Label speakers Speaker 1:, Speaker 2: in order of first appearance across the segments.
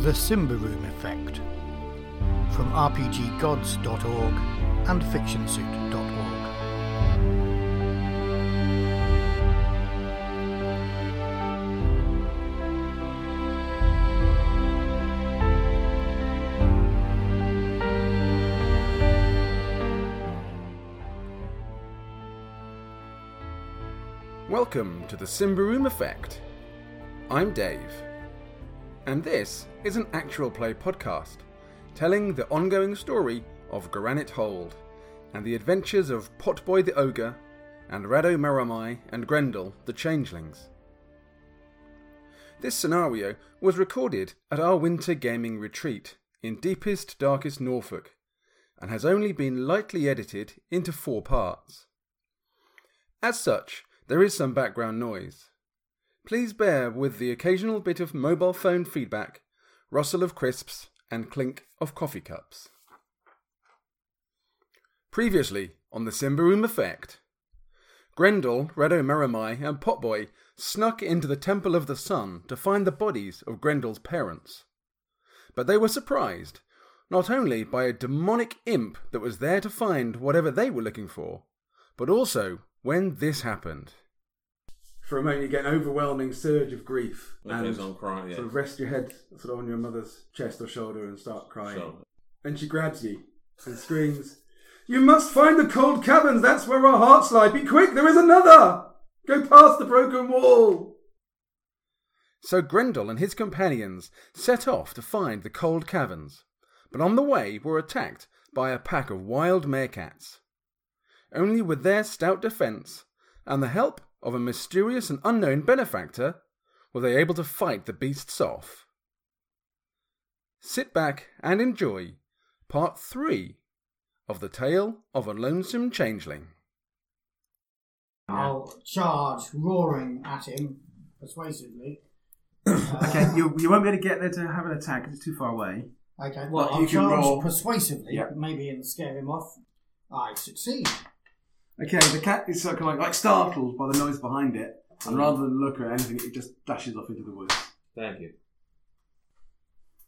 Speaker 1: The Simba Room Effect from RPGgods.org and FictionSuit.org.
Speaker 2: Welcome to the Simbaroom Effect. I'm Dave, and this is an actual play podcast telling the ongoing story of Granite Hold and the adventures of Potboy the Ogre and Rado Meramai and Grendel the Changelings. This scenario was recorded at our winter gaming retreat in deepest, darkest Norfolk and has only been lightly edited into four parts. As such, there is some background noise. Please bear with the occasional bit of mobile phone feedback, rustle of crisps, and clink of coffee cups. Previously on the Simbaroom Effect, Grendel, Redo Meramai, and Potboy snuck into the Temple of the Sun to find the bodies of Grendel's parents. But they were surprised, not only by a demonic imp that was there to find whatever they were looking for, but also when this happened. For a moment, you get an overwhelming surge of grief.
Speaker 3: That goes on crying, yeah.
Speaker 2: Sort of rest your head sort of on your mother's chest or shoulder and start crying.
Speaker 3: So,
Speaker 2: And she grabs you and screams, You must find the cold caverns! That's where our hearts lie! Be quick! There is another! Go past the broken wall! So Grendel and his companions set off to find the cold caverns, but on the way were attacked by a pack of wild meerkats. Only with their stout defence and the help of a mysterious and unknown benefactor were they able to fight the beasts off. Sit back and enjoy part three of the tale of a lonesome changeling.
Speaker 4: Oh,
Speaker 5: I'll charge, roaring at him persuasively.
Speaker 4: Okay, you, you won't be able to get there to have an attack. It's too far away.
Speaker 5: Uh, Okay,
Speaker 4: Well,
Speaker 5: well, I'll
Speaker 4: you can
Speaker 5: charge
Speaker 4: roll.
Speaker 5: persuasively,
Speaker 4: Yeah.
Speaker 5: maybe and scare him off. I succeed.
Speaker 4: Okay, the cat is sort of like, like startled by the noise behind it, and rather than look at anything, it just dashes off into the woods.
Speaker 3: thank you.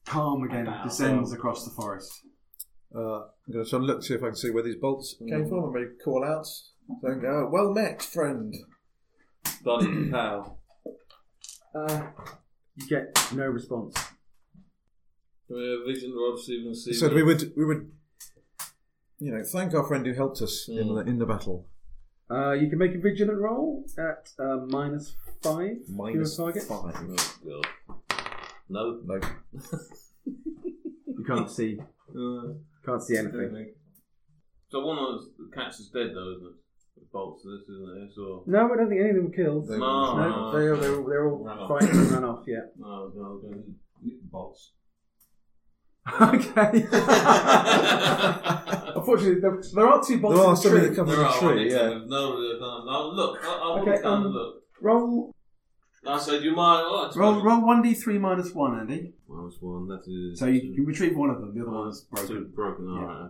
Speaker 4: Calm again descends across the forest.
Speaker 6: Uh, I'm going to try and look see if I can see where these bolts Mm. came from and maybe call out. Don't go, well met, friend.
Speaker 3: Bloody pal.
Speaker 2: Uh, you get no response.
Speaker 3: We have vision or obviously see.
Speaker 6: So we would, we would, you know, thank our friend who helped us in,
Speaker 3: Mm.
Speaker 6: the, in the battle.
Speaker 2: Uh, you can make a vigilant roll at uh, minus five. to your target.
Speaker 6: five.
Speaker 3: Oh, God. No.
Speaker 6: No.
Speaker 2: You can't see. Can't see anything.
Speaker 3: Uh, So one of those the cats is dead though, isn't it? The bolts and this, isn't it? So
Speaker 2: No, I don't think any of them were killed.
Speaker 6: They-
Speaker 3: no,
Speaker 2: No,
Speaker 3: no,
Speaker 2: they're, they're, they're all
Speaker 3: Run off.
Speaker 2: fighting and run off, yeah.
Speaker 3: no, no, no, bolts.
Speaker 4: okay. Unfortunately, there, there are two bolts
Speaker 6: There
Speaker 4: in
Speaker 6: are
Speaker 4: the
Speaker 6: some
Speaker 4: tree.
Speaker 6: that come
Speaker 3: There
Speaker 6: from the
Speaker 3: are
Speaker 6: tree,
Speaker 3: tree,
Speaker 6: yeah.
Speaker 3: no, no, no, no. Look, I, I
Speaker 2: Okay,
Speaker 3: okay, down
Speaker 2: um,
Speaker 3: and look.
Speaker 2: Roll.
Speaker 3: I said you might. Oh, it's
Speaker 4: Roll,
Speaker 3: fine.
Speaker 4: roll 1d3 minus 1, Andy.
Speaker 3: Minus one. That is.
Speaker 4: So you, you retrieve one of them, the other
Speaker 3: Oh,
Speaker 4: one's broken.
Speaker 3: Two broken. All
Speaker 4: Yeah.
Speaker 3: right.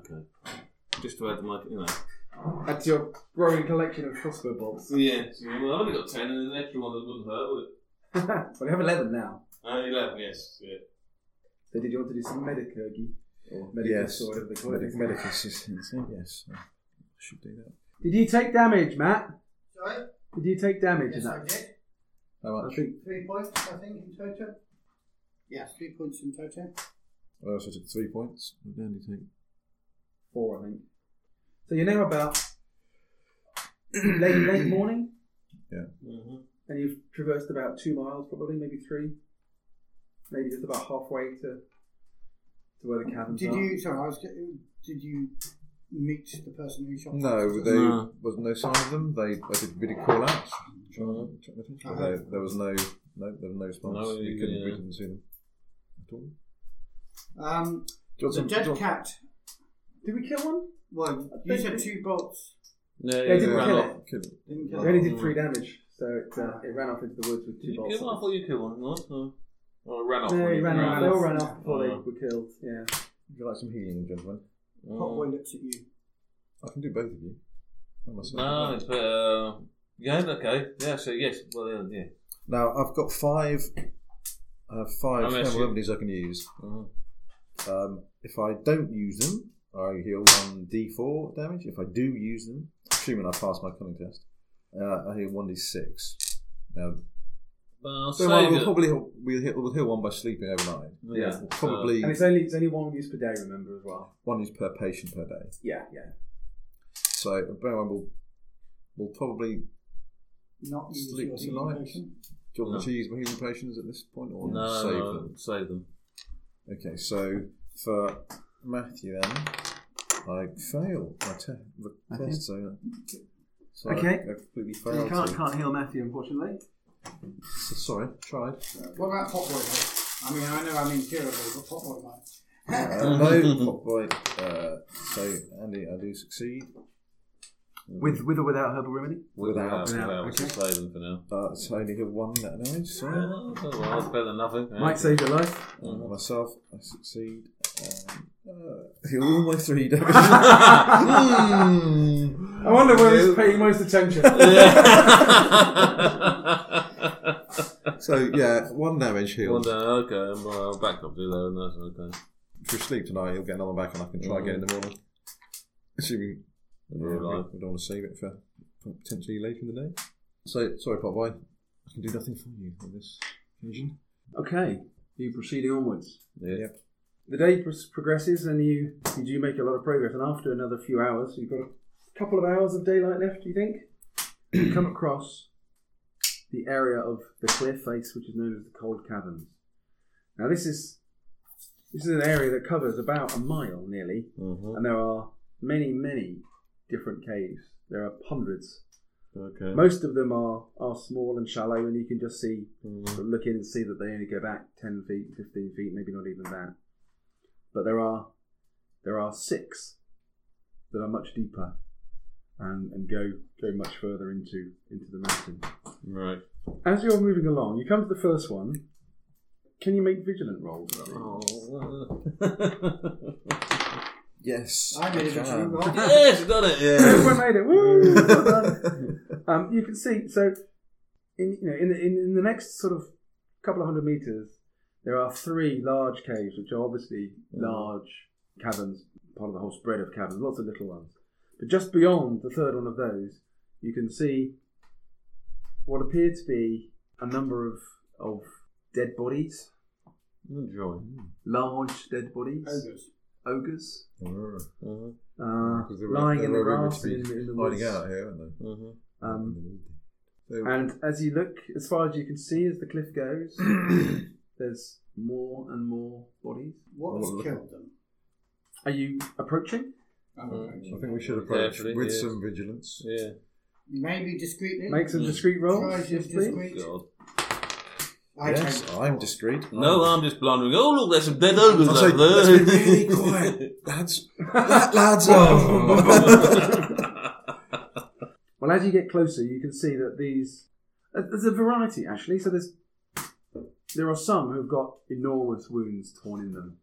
Speaker 3: Okay. Just to add to my, you know.
Speaker 2: That's your growing collection of crossbow bolts.
Speaker 3: Yeah. So, well, I've only got ten, and an extra one that wouldn't hurt, would it?
Speaker 2: but we haven't let them now.
Speaker 3: Uh, Eleven. Yes. Yeah.
Speaker 2: So did you want to do some medicurgy? Or medicus
Speaker 6: Yes.
Speaker 2: or whatever they call it?
Speaker 6: Medic, medicus is, is it? yes. I should do that.
Speaker 2: Did you take damage, Matt?
Speaker 5: Sorry?
Speaker 2: Did you take damage in
Speaker 5: Yes, I
Speaker 2: that?
Speaker 5: did.
Speaker 6: How much?
Speaker 2: think
Speaker 5: Three points, I think, in total. Yes, three points in total.
Speaker 6: I also took three points. What did Andy take?
Speaker 2: four, I think. So you're now about late, late morning,
Speaker 3: Mm-hmm.
Speaker 2: and you've traversed about two miles, probably, maybe three. Maybe just about halfway to to where the caverns
Speaker 6: uh,
Speaker 5: Did
Speaker 2: are.
Speaker 5: you, sorry, I was, get- did you meet the person who shot
Speaker 6: No,
Speaker 5: the
Speaker 6: they
Speaker 3: No.
Speaker 6: was no sign of them. They I did really call out. Try and check with them. But
Speaker 5: Uh-huh.
Speaker 6: they- there was no no there was no response.
Speaker 3: No,
Speaker 6: we, couldn't, we
Speaker 3: yeah.
Speaker 6: didn't see them at all.
Speaker 5: Um,
Speaker 6: Do you want
Speaker 5: the
Speaker 6: some- do you
Speaker 5: dead
Speaker 6: want-
Speaker 5: cat.
Speaker 2: Did we kill one?
Speaker 5: Well, you said two bolts.
Speaker 3: No,
Speaker 2: They didn't
Speaker 6: Yeah,
Speaker 2: kill
Speaker 3: off.
Speaker 2: it.
Speaker 6: kill it.
Speaker 5: Didn't
Speaker 2: It
Speaker 5: kill
Speaker 2: only did three damage, so it, uh, it ran off into the woods with
Speaker 3: Did
Speaker 2: two
Speaker 3: you
Speaker 2: bolts.
Speaker 3: kill one? I thought you killed one. No, no. Well, it ran off.
Speaker 2: No,
Speaker 3: when
Speaker 2: he
Speaker 3: you
Speaker 2: ran off.
Speaker 5: ran
Speaker 2: They all
Speaker 5: off.
Speaker 2: ran off before they
Speaker 4: Uh,
Speaker 3: Oh.
Speaker 2: were killed. Yeah.
Speaker 6: Would you like some healing, gentlemen?
Speaker 3: Mm.
Speaker 5: Potboy looks at you.
Speaker 6: I can do both of you. I must
Speaker 3: No, it's uh, yeah, okay, yeah. So yes, well, yeah, yeah.
Speaker 6: Now I've got five I have uh, five
Speaker 3: I'm gonna
Speaker 6: channel
Speaker 3: shoot.
Speaker 6: remedies I can use.
Speaker 3: Mm-hmm.
Speaker 6: Um, if I don't use them, I heal one d4 damage. If I do use them, assuming I pass my cunning test, uh, I heal one d6. Now,
Speaker 3: But I'll
Speaker 6: so
Speaker 3: save
Speaker 6: we'll
Speaker 3: it.
Speaker 6: probably heal, we'll, heal, we'll heal one by sleeping overnight.
Speaker 3: Yeah,
Speaker 6: We'll probably
Speaker 4: And it's only it's only one use per day, remember as well.
Speaker 6: one is per patient per day.
Speaker 4: Yeah, yeah.
Speaker 6: So bear in mind, we'll, we'll probably
Speaker 5: Not use
Speaker 6: Sleep
Speaker 5: your
Speaker 6: tonight.
Speaker 5: communication.
Speaker 6: do you want
Speaker 3: No.
Speaker 6: to use my healing potions at this point or
Speaker 3: No,
Speaker 6: save
Speaker 3: no,
Speaker 6: them.
Speaker 3: Save them.
Speaker 6: Okay, so for Matthew then, I fail my te- the
Speaker 4: Matthew?
Speaker 6: test, so, so
Speaker 4: Okay.
Speaker 6: I, I completely
Speaker 4: So
Speaker 6: failed.
Speaker 4: you can't
Speaker 6: to-
Speaker 4: can't heal Matthew, unfortunately.
Speaker 6: so- sorry, tried.
Speaker 5: What about hot boy? I mean, I know I'm incurable, but hot boy might.
Speaker 6: Uh, no, pop boy. Uh, so Andy, I do succeed.
Speaker 4: With with or without herbal remedy?
Speaker 6: Without.
Speaker 4: Without,
Speaker 3: Well,
Speaker 4: okay.
Speaker 3: Save them for now.
Speaker 6: Uh, it's only hit one net damage.
Speaker 4: Uh-huh.
Speaker 6: Sorry.
Speaker 3: Oh, well, it's better than nothing. yeah.
Speaker 4: Might save your life.
Speaker 6: Uh, myself, I succeed. Um, uh, heal all my three damage. Hmm.
Speaker 4: I wonder where he's paying most attention.
Speaker 6: So yeah, one damage
Speaker 3: One
Speaker 6: healed.
Speaker 3: down, okay, well, I'll back up to that, and that's okay.
Speaker 6: If you sleep tonight, you'll get another back, and I can try again in the morning. Assuming yeah,
Speaker 3: You're
Speaker 6: we,
Speaker 3: alive.
Speaker 6: we don't want to save it for for potentially later in the day. So sorry, Pop Boy. I can do nothing for you on this occasion.
Speaker 4: okay. You proceeding onwards.
Speaker 3: Yeah.
Speaker 6: Yep.
Speaker 4: The day pr- progresses, and you you do make a lot of progress. And after another few hours, you've got a couple of hours of daylight left. Do you think? you come across the area of the clear face, which is known as the Cold Caverns. Now, this is this is an area that covers about a mile nearly,
Speaker 3: Mhm.
Speaker 4: and there are many, many different caves. There are hundreds.
Speaker 3: Okay.
Speaker 4: Most of them are are small and shallow, and you can just see
Speaker 3: Mhm.
Speaker 4: but look in and see that they only go back 10 feet, 15 feet, maybe not even that. But there are there are six that are much deeper and, and go go much further into into the mountain.
Speaker 3: Right.
Speaker 4: As you're moving along, you come to the first one. Can you make vigilant rolls? please?
Speaker 6: Oh. Yes.
Speaker 5: I made it
Speaker 6: can.
Speaker 5: actually right.
Speaker 3: yes, done it.
Speaker 4: Everyone made it. Woo! Well done. um, you can see. So, in you know, in the, in, in the next sort of couple of hundred meters, there are three large caves, which are obviously
Speaker 6: Mm.
Speaker 4: large caverns, part of the whole spread of caverns. Lots of little ones. But just beyond the third one of those, you can see what appear to be a number of of dead bodies,
Speaker 3: Enjoy.
Speaker 4: large dead bodies,
Speaker 5: Ogres.
Speaker 4: ogres,
Speaker 3: Mhm.
Speaker 4: uh,
Speaker 6: Mm-hmm. Because they're-
Speaker 4: lying
Speaker 6: they're
Speaker 4: in
Speaker 6: very
Speaker 4: the grass
Speaker 6: risky
Speaker 4: and in the, in the woods.
Speaker 6: Hiding out here, aren't
Speaker 3: Mhm.
Speaker 6: they?
Speaker 4: Um,
Speaker 6: They-
Speaker 4: And as you look, as far as you can see, as the cliff goes, there's more and more bodies.
Speaker 5: What has killed them?
Speaker 4: Are you approaching?
Speaker 5: I'm afraid.
Speaker 6: I think we should approach
Speaker 3: Carefully,
Speaker 6: with
Speaker 3: yes.
Speaker 6: some vigilance.
Speaker 3: Yeah.
Speaker 5: Maybe discreetly.
Speaker 4: Make some
Speaker 3: Mm.
Speaker 4: discreet rolls,
Speaker 5: Tries your
Speaker 4: yes, please.
Speaker 5: discreet.
Speaker 3: God.
Speaker 5: I
Speaker 6: yes,
Speaker 5: don't-
Speaker 6: I'm discreet.
Speaker 3: No, I'm just blundering. Oh, look, there's some dead ogres
Speaker 6: I'll say,
Speaker 3: over there.
Speaker 6: let's be really quiet, lads. That lads up.
Speaker 4: Well, as you get closer, you can see that these uh, there's a variety actually. So there's there are some who've got enormous wounds torn in them.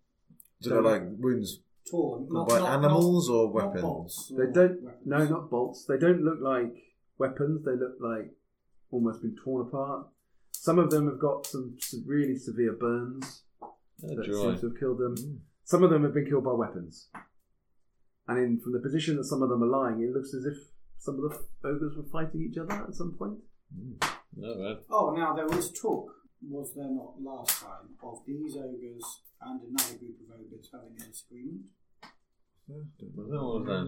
Speaker 6: Do they like wounds
Speaker 5: Torn. Not,
Speaker 6: by
Speaker 5: not,
Speaker 6: animals or
Speaker 5: not, Not
Speaker 6: weapons?
Speaker 5: bolts,
Speaker 4: They
Speaker 5: not
Speaker 4: don't
Speaker 5: weapons.
Speaker 4: no not bolts. They don't look like weapons. They look like almost been torn apart. Some of them have got some, some really severe burns. that
Speaker 3: Enjoy.
Speaker 4: seems to have killed them. Mm. Some of them have been killed by weapons. And in, from the position that some of them are lying, it looks as if some of the ogres were fighting each other at some point.
Speaker 3: No, man.
Speaker 5: Oh, now there was talk, was there not last time, of these ogres and another group of ogres having a disagreement?
Speaker 3: What was that?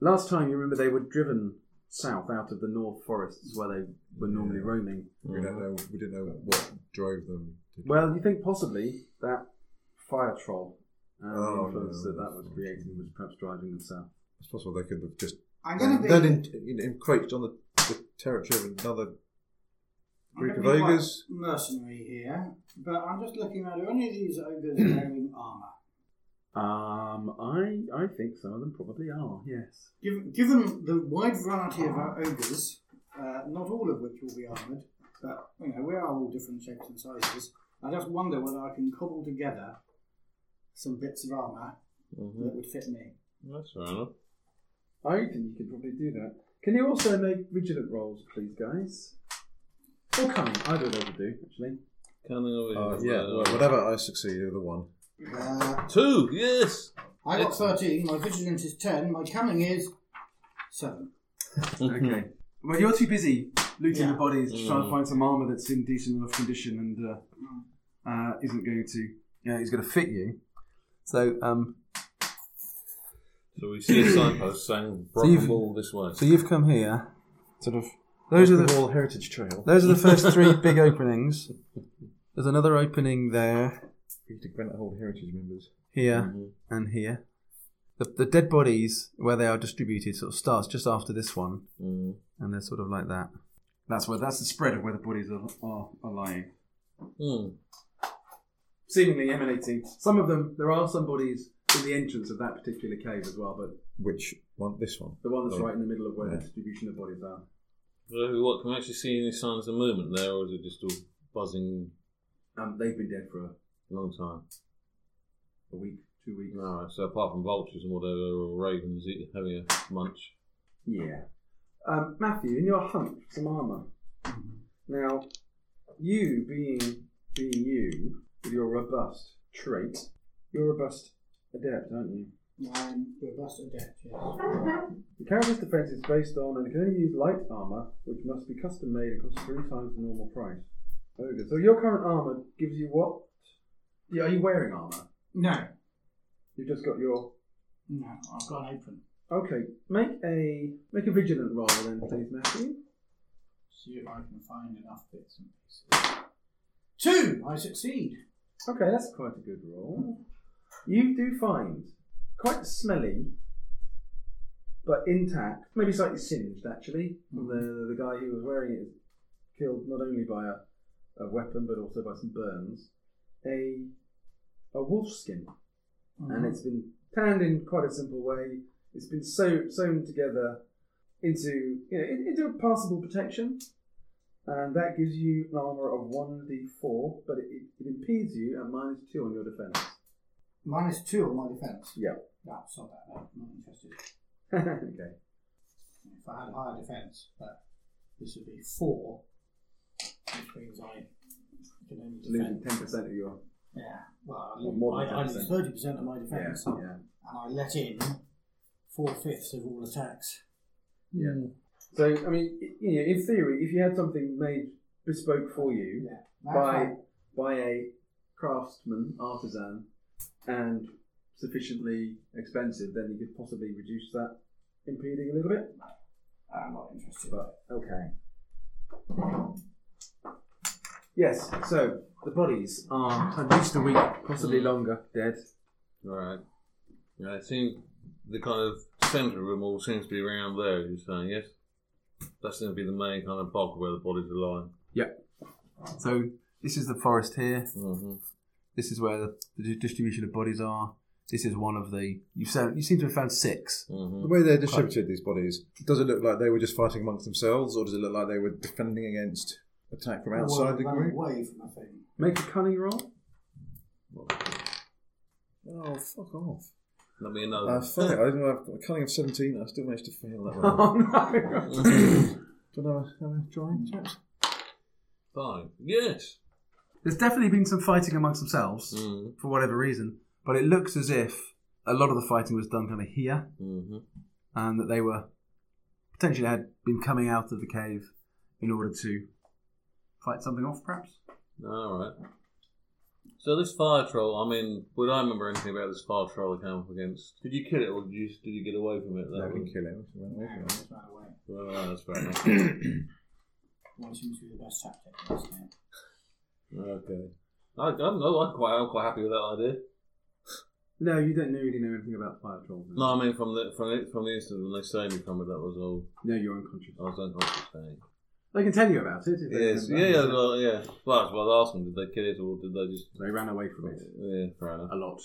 Speaker 4: Last time, you remember they were driven south out of the north forests where they were normally
Speaker 6: Yeah.
Speaker 4: roaming.
Speaker 6: We don't know. We didn't know what drove them. to-
Speaker 4: Well, you think possibly that fire troll and
Speaker 6: Oh,
Speaker 4: the influence
Speaker 6: no.
Speaker 4: that that was creating was perhaps driving them south.
Speaker 6: It's possible they could have just
Speaker 5: I'm going to be.
Speaker 6: then in, you know, encroached on the, the territory of another
Speaker 5: I'm
Speaker 6: group
Speaker 5: gonna
Speaker 6: of
Speaker 5: be quite
Speaker 6: ogres.
Speaker 5: Mercenary here, but I'm just looking around. Are any of these ogres wearing armour?
Speaker 4: Um, I I think some of them probably are. Yes.
Speaker 5: Given, given the wide variety of our ogres, uh, not all of which will be armoured, but you know we are all different shapes and sizes. I just wonder whether I can cobble together some bits of armour
Speaker 3: Mhm.
Speaker 5: that would fit me.
Speaker 3: That's fair enough.
Speaker 4: I think you could probably do that. Can you also make vigilant rolls, please, guys? Or cunning. Either of those would do, actually.
Speaker 3: Cunning or
Speaker 6: Uh,
Speaker 3: evil?
Speaker 6: yeah,
Speaker 3: Uh,
Speaker 6: well, whatever I succeed, you're the one.
Speaker 5: Uh,
Speaker 3: Two, yes.
Speaker 5: I got 13, my vigilance is 10, my cunning is 7.
Speaker 4: Okay. Well, you're too busy looting
Speaker 5: Yeah.
Speaker 4: the bodies to try and find some armour that's in decent enough condition and uh, uh, isn't going to, you know, is going to fit you. So, um,
Speaker 3: So we see a signpost saying
Speaker 4: you've-
Speaker 3: Broken Wall this way.
Speaker 4: so you've come here, sort of. Those are the
Speaker 6: Wall Heritage Trail.
Speaker 4: those are the first three big openings. There's another opening there,
Speaker 6: Free to Granite Hall Heritage members.
Speaker 4: here, and here. The, the dead bodies where they are distributed sort of starts just after this one,
Speaker 3: Mm.
Speaker 4: and they're sort of like that. That's where that's the spread of where the bodies are are, are lying.
Speaker 3: Mm.
Speaker 4: seemingly emanating. Some of them, there are some bodies in the entrance of that particular cave as well, but
Speaker 6: Which one? This one.
Speaker 4: the one that's
Speaker 6: Oh.
Speaker 4: right in the middle of where the
Speaker 6: Yeah.
Speaker 4: distribution of bodies are.
Speaker 3: So what, can we actually see any signs of movement there, or is it just all buzzing
Speaker 4: Um, they've been dead for a,
Speaker 3: a long time?
Speaker 4: a week, two weeks.
Speaker 3: Alright, so apart from vultures and whatever, or ravens eat- having a munch.
Speaker 4: Yeah. Um, Matthew, in your hunt for some armour. Now, you being being you with your robust trait, you're a robust adept, aren't you?
Speaker 5: I'm robust adept, yes.
Speaker 4: The character's defense is based on and can only use light armor, which must be custom made and costs three times the normal price. Very good. So your current armor gives you what? Yeah, are you wearing armor?
Speaker 5: No,
Speaker 4: You've just got your.
Speaker 5: no, I've got an apron.
Speaker 4: Okay, make a make a vigilant roll then, please, Matthew.
Speaker 5: See if I can find enough bits and pieces. Two! I succeed.
Speaker 4: Okay, that's quite a good roll. You do find quite smelly, but intact, maybe slightly singed actually. from The the guy who was wearing it is killed not only by a, a weapon but also by some burns. A a wolf skin, and it's been tanned in quite a simple way. It's been sew, sewn together into you know in- into a passable protection, and that gives you an armor of one d four, but it, it impedes you at minus two on your defense.
Speaker 5: Minus two on my defence.
Speaker 4: Yeah.
Speaker 5: That's not that bad. I'm not interested.
Speaker 4: okay.
Speaker 5: If I had higher defence, but this would be four, which means I can only
Speaker 4: Losing
Speaker 5: defend.
Speaker 4: ten percent of your
Speaker 5: Yeah. Well, I
Speaker 4: Well,
Speaker 5: lose,
Speaker 4: more
Speaker 5: I,
Speaker 4: than
Speaker 5: I lose
Speaker 4: 10%.
Speaker 5: thirty percent of my
Speaker 4: yeah
Speaker 5: defence,
Speaker 4: yeah.
Speaker 5: and I let in four fifths of all attacks.
Speaker 4: Yeah. So I mean, i- you know, in theory, if you had something made bespoke for you
Speaker 5: Yeah.
Speaker 4: by by a craftsman artisan and sufficiently expensive, then you could possibly reduce that impeding a little bit.
Speaker 5: Ah, I'm not interested.
Speaker 4: But okay. Yes. So the bodies are at least a week, possibly longer, dead.
Speaker 3: Right. Yeah, it seems the kind of centre of them all seems to be around there, you're saying, yes? That's going to be the main kind of bulk where the bodies are lying.
Speaker 4: Yep. So this is the forest here.
Speaker 3: Mm-hmm.
Speaker 4: This is where the, the distribution of bodies are. This is one of the you sound you seem to have found six.
Speaker 3: mm-hmm.
Speaker 6: The way they're distributed, these bodies, does it look like they were just fighting amongst themselves, or does it look like they were defending against attack from outside the
Speaker 5: running
Speaker 6: group?
Speaker 5: away from a thing.
Speaker 4: Make a cunning roll.
Speaker 6: Oh, fuck off.
Speaker 3: That'll be another.
Speaker 6: Uh, fuck it, I didn't have a cunning of 17, I still managed to fail that one.
Speaker 4: Oh no!
Speaker 6: Do you know how I'm drawing, chaps?
Speaker 3: Five. Yes.
Speaker 4: There's definitely been some fighting amongst themselves
Speaker 3: Mm.
Speaker 4: for whatever reason, but it looks as if a lot of the fighting was done kind of here,
Speaker 3: Mm-hmm.
Speaker 4: and that they were potentially had been coming out of the cave in order to fight something off, perhaps.
Speaker 3: All right. So this fire troll, I mean, would I remember anything about this fire troll I came up against? Did you kill it, or did you did you get away from it?
Speaker 6: No,
Speaker 3: That
Speaker 6: we
Speaker 3: was-
Speaker 6: didn't kill him. We
Speaker 5: No,
Speaker 6: ran away from him.
Speaker 5: just ran away.
Speaker 3: Well, that's fair enough.
Speaker 5: One seems to be the best tactic. doesn't it?
Speaker 3: okay. I, I don't know. I'm quite I'm quite happy with that idea.
Speaker 4: No, you don't really know anything about fire trolls.
Speaker 3: No, I mean from the from the, from the instant when they saved me from it, that was all.
Speaker 4: no, you're unconscious.
Speaker 3: I was unconscious. Thing.
Speaker 4: They can tell you about it. If they
Speaker 3: Yes.
Speaker 4: remember.
Speaker 3: Yeah. yeah, Well, yeah. Well, that's what I asked them. Did they kill it, or did they just?
Speaker 4: They ran away from it
Speaker 3: Yeah. Fair enough.
Speaker 4: a lot,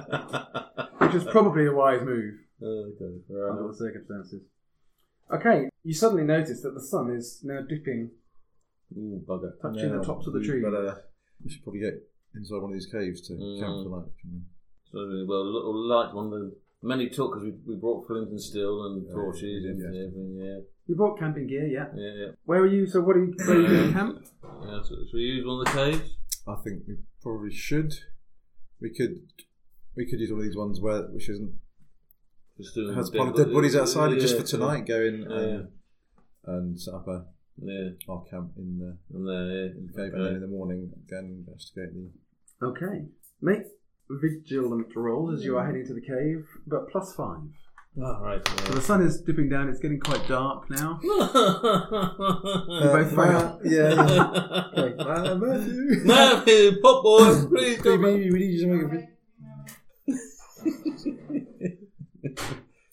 Speaker 3: okay.
Speaker 4: which
Speaker 3: Uh,
Speaker 4: is probably a wise move.
Speaker 3: Fair
Speaker 4: under
Speaker 3: enough.
Speaker 4: the circumstances. Okay, you suddenly notice that the sun is now dipping,
Speaker 3: Ooh, Mm, bugger.
Speaker 4: touching
Speaker 6: Now,
Speaker 4: the tops of the
Speaker 6: we
Speaker 4: trees.
Speaker 6: better- we should probably get inside one of these caves to
Speaker 3: Mm.
Speaker 6: camp for that. shouldn't we?
Speaker 3: So we were a little light one. The many took because we, we brought flint and steel and
Speaker 6: Yeah,
Speaker 3: torches
Speaker 6: we did,
Speaker 3: and
Speaker 6: yes.
Speaker 3: everything. Yeah.
Speaker 4: You brought camping gear, yeah.
Speaker 3: Yeah, yeah.
Speaker 4: Where are you? So what are you? Where are you doing camp?
Speaker 3: yeah so should we use one of the caves?
Speaker 6: I think we probably should. We could we could use one of these ones where which isn't
Speaker 3: Just doing
Speaker 6: has a pile of dead bodies outside and just
Speaker 3: Yeah,
Speaker 6: for tonight. Go in
Speaker 3: Yeah,
Speaker 6: and, and set up a,
Speaker 3: Yeah,
Speaker 6: our camp in the,
Speaker 3: and there, yeah.
Speaker 6: in the cave, and then in the morning go and investigate the.
Speaker 4: Okay. Make vigilant rolls as you are heading to the cave, but plus five.
Speaker 3: Oh, right.
Speaker 4: So the sun is dipping down. It's getting quite dark now.
Speaker 3: Yeah.
Speaker 4: You
Speaker 6: Uh,
Speaker 4: both fail.
Speaker 6: yeah. yeah. okay. Uh, Matthew.
Speaker 3: Matthew, pop boy, please come back.
Speaker 6: Maybe we need you to make a video.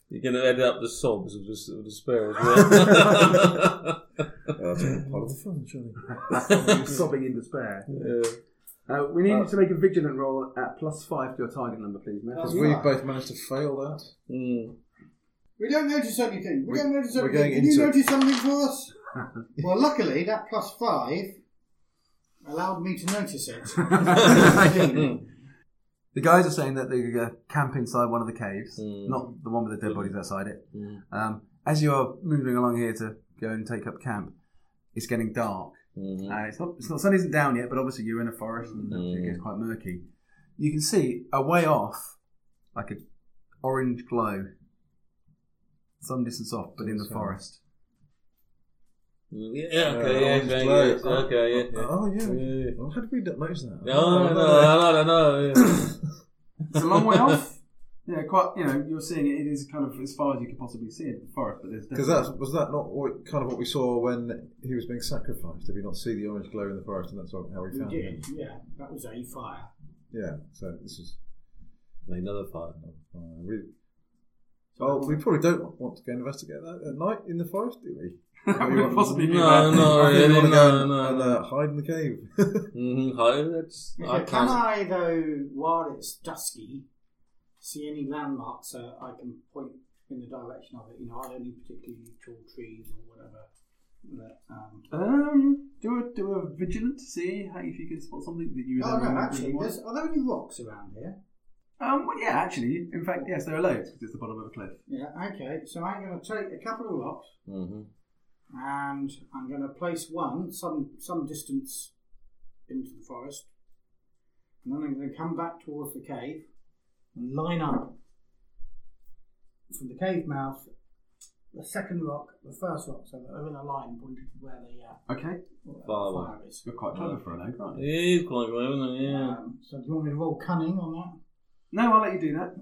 Speaker 3: You're going to edit up the sobs of, dis- of despair as well.
Speaker 6: Oh, that's part of the fun, surely.
Speaker 4: You're sobbing in despair. Uh, we need you to make a vigilant roll at plus five to your target number, please,
Speaker 6: Because
Speaker 4: Matthew.
Speaker 5: Oh,
Speaker 6: we
Speaker 5: Right.
Speaker 6: both managed to fail that.
Speaker 3: Mm.
Speaker 5: We don't notice anything. We,
Speaker 6: We-
Speaker 5: don't notice
Speaker 6: we're
Speaker 5: anything.
Speaker 6: going
Speaker 5: Can you
Speaker 6: into-
Speaker 5: notice something for us? well, luckily, that plus five allowed me to notice it.
Speaker 4: The guys are saying that they uh, camp inside one of the caves,
Speaker 3: Mm.
Speaker 4: not the one with the dead bodies outside it.
Speaker 3: Mm.
Speaker 4: Um, as you are moving along here to go and take up camp, it's getting dark.
Speaker 6: Uh,
Speaker 3: Mm.
Speaker 4: And Uh, it's not, it's not, sun isn't down yet, but obviously you're in a forest and
Speaker 3: Mm.
Speaker 4: it gets quite murky. You can see a way off, like an orange glow, some distance off, but in the forest.
Speaker 3: Yeah,
Speaker 6: Uh,
Speaker 3: okay, yeah,
Speaker 6: orange
Speaker 3: okay,
Speaker 6: glow.
Speaker 3: yes, okay, yeah. yeah.
Speaker 6: Oh, yeah. we-
Speaker 3: Yeah.
Speaker 6: Well, how did we not notice that?
Speaker 3: No, no, no, no, no, no.
Speaker 4: It's a long way off. Yeah, quite. You know, you're seeing it. It is kind of as far as you can possibly see it in the forest, but there's
Speaker 6: Because
Speaker 4: definitely-
Speaker 6: that was that not what, kind of what we saw when he was being sacrificed? Did we not see the orange glow in the forest, and that's what- how we
Speaker 5: we
Speaker 6: found him?
Speaker 5: did, yeah. That was a fire.
Speaker 6: Yeah. So this is.
Speaker 3: Another part.
Speaker 6: Uh, we, well, we probably don't want to go investigate that at night in the forest, do we?
Speaker 4: I wouldn't possibly do
Speaker 3: No,
Speaker 4: that.
Speaker 3: no,
Speaker 6: I think we
Speaker 3: really,
Speaker 6: want to go
Speaker 3: no,
Speaker 6: and,
Speaker 3: no,
Speaker 6: and
Speaker 3: no.
Speaker 6: uh, hide in the cave.
Speaker 3: Mm-hmm. Hi, that's
Speaker 5: He
Speaker 3: I
Speaker 5: said, can
Speaker 3: can't.
Speaker 5: I, though, while it's dusky, see any landmarks so I can point in the direction of it? You know, I don't need particularly tall trees or whatever. But, um,
Speaker 4: Um, do a do a vigilant to see how, if you can spot something that you.
Speaker 5: oh, no,
Speaker 4: then remember
Speaker 5: actually,
Speaker 4: you want.
Speaker 5: there's, are there any rocks around here?
Speaker 4: Um, well, yeah, actually, in fact, yes, there are loads because it's the bottom of a cliff.
Speaker 5: Yeah, okay. So I'm going to take a couple of rocks
Speaker 3: Mm-hmm.
Speaker 5: and I'm going to place one some some distance into the forest, and then I'm going to come back towards the cave and line up from the cave mouth the second rock, the first rock, so that I'm in a line pointed to where the uh,
Speaker 4: Okay,
Speaker 5: where the
Speaker 3: Fire.
Speaker 5: fire is.
Speaker 4: you're quite clever for an egg, aren't you?
Speaker 3: It is quite low, isn't it? Yeah.
Speaker 5: Um, so do you want me to roll cunning on that?
Speaker 4: No, I'll let you do that.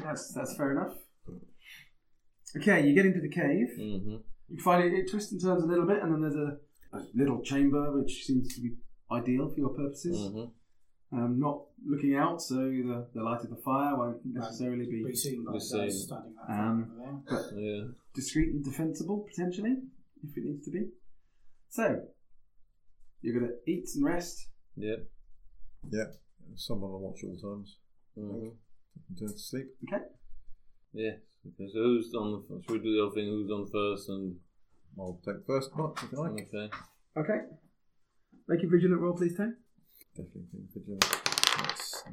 Speaker 4: that's that's fair enough. Okay, you get into the cave.
Speaker 3: Mm-hmm.
Speaker 4: You find it, it twists and turns a little bit, and then there's a, a little chamber which seems to be ideal for your purposes.
Speaker 3: Mm-hmm.
Speaker 4: Um, not looking out, so the, the light of the fire won't necessarily
Speaker 5: Be
Speaker 4: be
Speaker 5: seen by
Speaker 3: Be
Speaker 5: those
Speaker 3: seen.
Speaker 5: standing that
Speaker 4: Um,
Speaker 5: far over
Speaker 3: Yeah.
Speaker 4: discreet and defensible, potentially, if it needs to be. So, you're going to eat and rest.
Speaker 3: Yep.
Speaker 6: yeah. Someone on watch at all times.
Speaker 3: Mm-hmm.
Speaker 6: Turn to sleep.
Speaker 4: Okay.
Speaker 3: Yeah. Okay, so who's on? The, should we do the other thing? Who's on first? And
Speaker 6: I'll take first watch if you like.
Speaker 3: okay.
Speaker 4: Okay. Make a vigilant roll, please, Tony.
Speaker 6: Definitely think vigilant. That's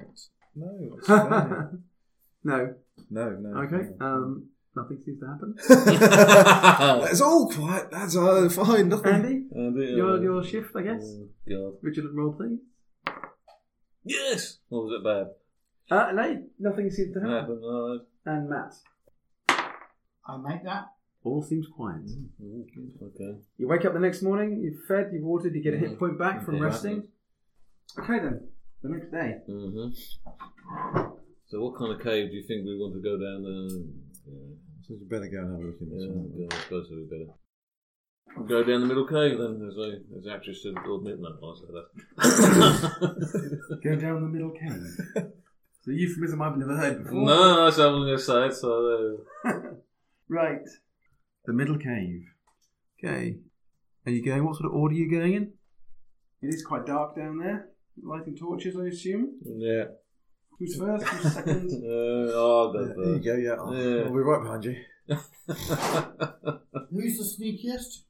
Speaker 6: not. No. That's fair.
Speaker 4: no.
Speaker 6: no. No.
Speaker 4: Okay.
Speaker 6: no.
Speaker 4: Um, nothing seems to happen.
Speaker 3: Uh,
Speaker 6: That's all quiet. That's uh, fine. Nothing.
Speaker 4: Andy,
Speaker 3: And the-
Speaker 4: your, your shift, I guess.
Speaker 3: uh, Oh, God.
Speaker 4: Vigilant roll, please.
Speaker 3: Yes. What was it bad?
Speaker 4: Uh, no, nothing seems to happen.
Speaker 3: Happened. uh, All right.
Speaker 4: And Matt.
Speaker 5: there. I make that.
Speaker 4: All seems quiet.
Speaker 3: Mhm. Okay.
Speaker 4: You wake up the next morning, you've fed, you've watered, you get a hit point back from
Speaker 3: Yeah.
Speaker 4: resting. Okay then, the next day.
Speaker 3: Mm-hmm. So, what kind of cave do you think we want to go down? There? Yeah.
Speaker 6: So you better go and have a look in this
Speaker 3: Yeah,
Speaker 6: one.
Speaker 3: I suppose it'd be better. We'll go down the middle cave then, as I, as the actress said, Lord Midnight, I said that.
Speaker 4: Go down the middle cave. it's a euphemism I've never heard before.
Speaker 3: no, that's what I'm going to say. it, So, uh,
Speaker 4: Right. The middle cave. Okay. Are you going? What sort of order are you going in? It is quite dark down there. Lighting torches, I assume.
Speaker 3: yeah.
Speaker 4: Who's first? Who's second?
Speaker 3: Uh, I'll go
Speaker 6: Yeah, there you go. Yeah. I'll-
Speaker 3: Yeah.
Speaker 6: I'll be right behind you.
Speaker 3: first.
Speaker 5: Who's the sneakiest?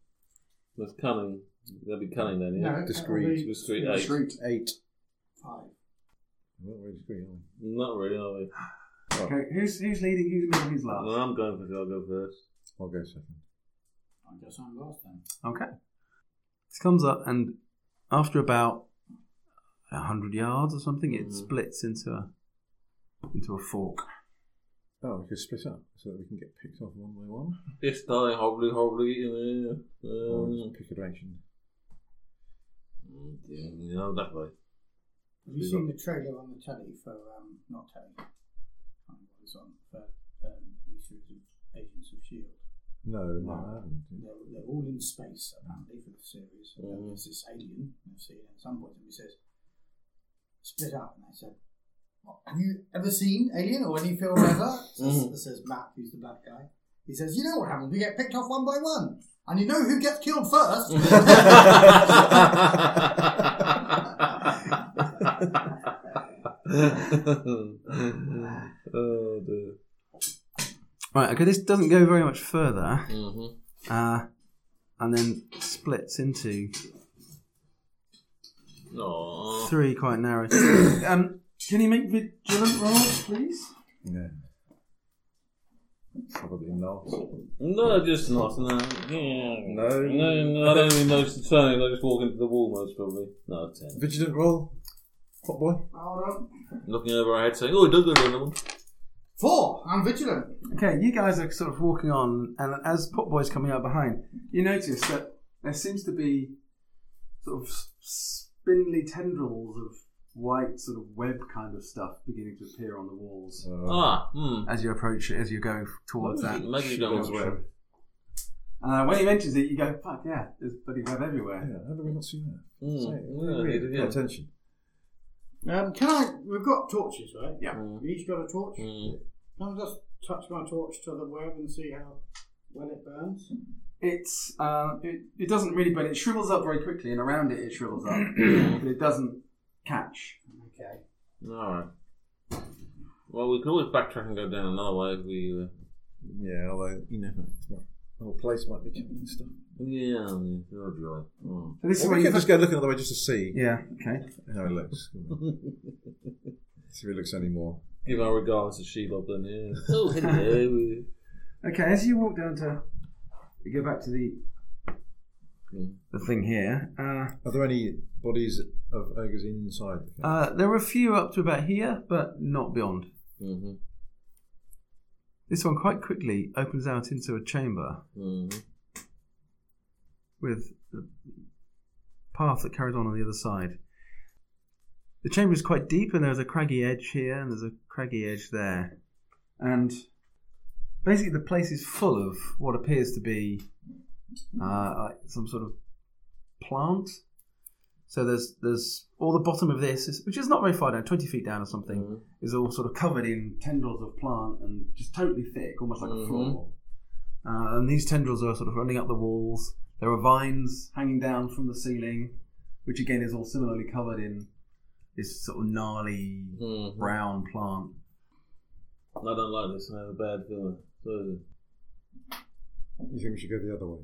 Speaker 3: That's cunning. That'd be cunning then, yeah.
Speaker 5: No,
Speaker 6: discreet.
Speaker 5: that'll be
Speaker 3: Discreet eight.
Speaker 6: Street eight.
Speaker 5: Five.
Speaker 6: We're not really discreet, are we?
Speaker 3: Not really, are we?
Speaker 5: Ah.
Speaker 4: Okay, who's who's leading? Who's middle? Who's
Speaker 3: No,
Speaker 4: last?
Speaker 3: I'm going for I'll go first.
Speaker 6: I'll go second.
Speaker 5: I I guess I'm last then.
Speaker 4: Okay. This comes up, and after about a hundred yards or something, it splits into a into a fork.
Speaker 6: Oh, we could split up so that we can get picked off one by one.
Speaker 3: This die, hobbly, hobbly, in there.
Speaker 6: Or just
Speaker 3: Um,
Speaker 6: pick a direction.
Speaker 3: yeah, yeah, that way.
Speaker 5: Have you seen the trailer on the telly for um, not telly? I can't remember what it's on for um, new series of Agents of Shield.
Speaker 6: No, no, I haven't.
Speaker 5: E They're, they're all in space apparently for the series. And then there's this alien I've seen at some point, and he says, "Split up." And I said, "What, "Have you ever seen Alien or any film ever?" says, says Matt, who's the bad guy. He says, "You know what happens? We get picked off one by one, and you know who gets killed first.
Speaker 3: oh dear.
Speaker 4: Right. Okay. This doesn't go very much further,
Speaker 3: Mm-hmm.
Speaker 4: uh, and then splits into
Speaker 3: Aww.
Speaker 4: three quite narrow. um, can you make vigilant rolls, please?
Speaker 6: No. Probably not.
Speaker 3: No, just not. No. Yeah.
Speaker 6: No.
Speaker 3: No, no, I don't even notice the turning. I just walk into the wall most probably. No, 10.
Speaker 6: Vigilant roll. Hot boy.
Speaker 5: Hold on.
Speaker 3: Looking over our head saying, oh, don't go to another one.
Speaker 5: Four. I'm vigilant.
Speaker 4: Okay, you guys are sort of walking on, and as Potboy's coming out behind, you notice that there seems to be sort of s- spindly tendrils of white, sort of web kind of stuff beginning to appear on the walls
Speaker 6: Uh,
Speaker 3: Ah, hmm.
Speaker 4: as you approach it, as you're going towards that.
Speaker 3: Maybe- Maybe you don't want to wear it.
Speaker 4: Uh, when he mentions it, you go, "Fuck yeah, there's bloody web everywhere."
Speaker 6: Yeah, how do we not see that?
Speaker 3: Mm.
Speaker 6: Say it.
Speaker 3: Yeah,
Speaker 6: Weird.
Speaker 3: yeah.
Speaker 6: Pay attention.
Speaker 5: Um, can I? We've got torches, right?
Speaker 4: Yeah.
Speaker 5: We each got a torch.
Speaker 3: Mm.
Speaker 5: Can I just touch my torch to the web and see how well it burns?
Speaker 4: It's uh, it, it doesn't really burn. It shrivels up very quickly, and around it, it shrivels up, but it doesn't catch.
Speaker 5: Okay.
Speaker 3: Alright. Well, we can always backtrack and go down another way if we. Uh,
Speaker 6: Yeah, although you never know. It's not- The whole place might be covered in stuff.
Speaker 3: yeah, yeah, you're dry. Mm.
Speaker 4: So this is
Speaker 6: Or
Speaker 4: where
Speaker 6: we
Speaker 4: you
Speaker 6: could just go look another way just to see
Speaker 4: Yeah. Okay.
Speaker 6: how it looks. see if it looks any more.
Speaker 3: Give our regards to Shelob then, yeah. oh, hello. we-
Speaker 4: Okay, as you walk down to, you go back to the the thing here. Uh,
Speaker 6: Are there any bodies of ogres inside the camp?
Speaker 4: uh, there are a few up to about here, but not beyond.
Speaker 3: Mhm.
Speaker 4: This one quite quickly opens out into a chamber
Speaker 3: Mhm.
Speaker 4: with a path that carries on on the other side. The chamber is quite deep, and there's a craggy edge here, and there's a craggy edge there, and basically the place is full of what appears to be uh, like some sort of plant. So there's there's all the bottom of this, is, which is not very far down, twenty feet down or something, is all sort of covered in tendrils of plant and just totally thick, almost like a floor. Uh, and these tendrils are sort of running up the walls. There are vines hanging down from the ceiling, which again is all similarly covered in this sort of gnarly
Speaker 3: Mhm.
Speaker 4: brown plant.
Speaker 3: I don't like this. I have a bad feeling. So,
Speaker 6: You think we should go the other way?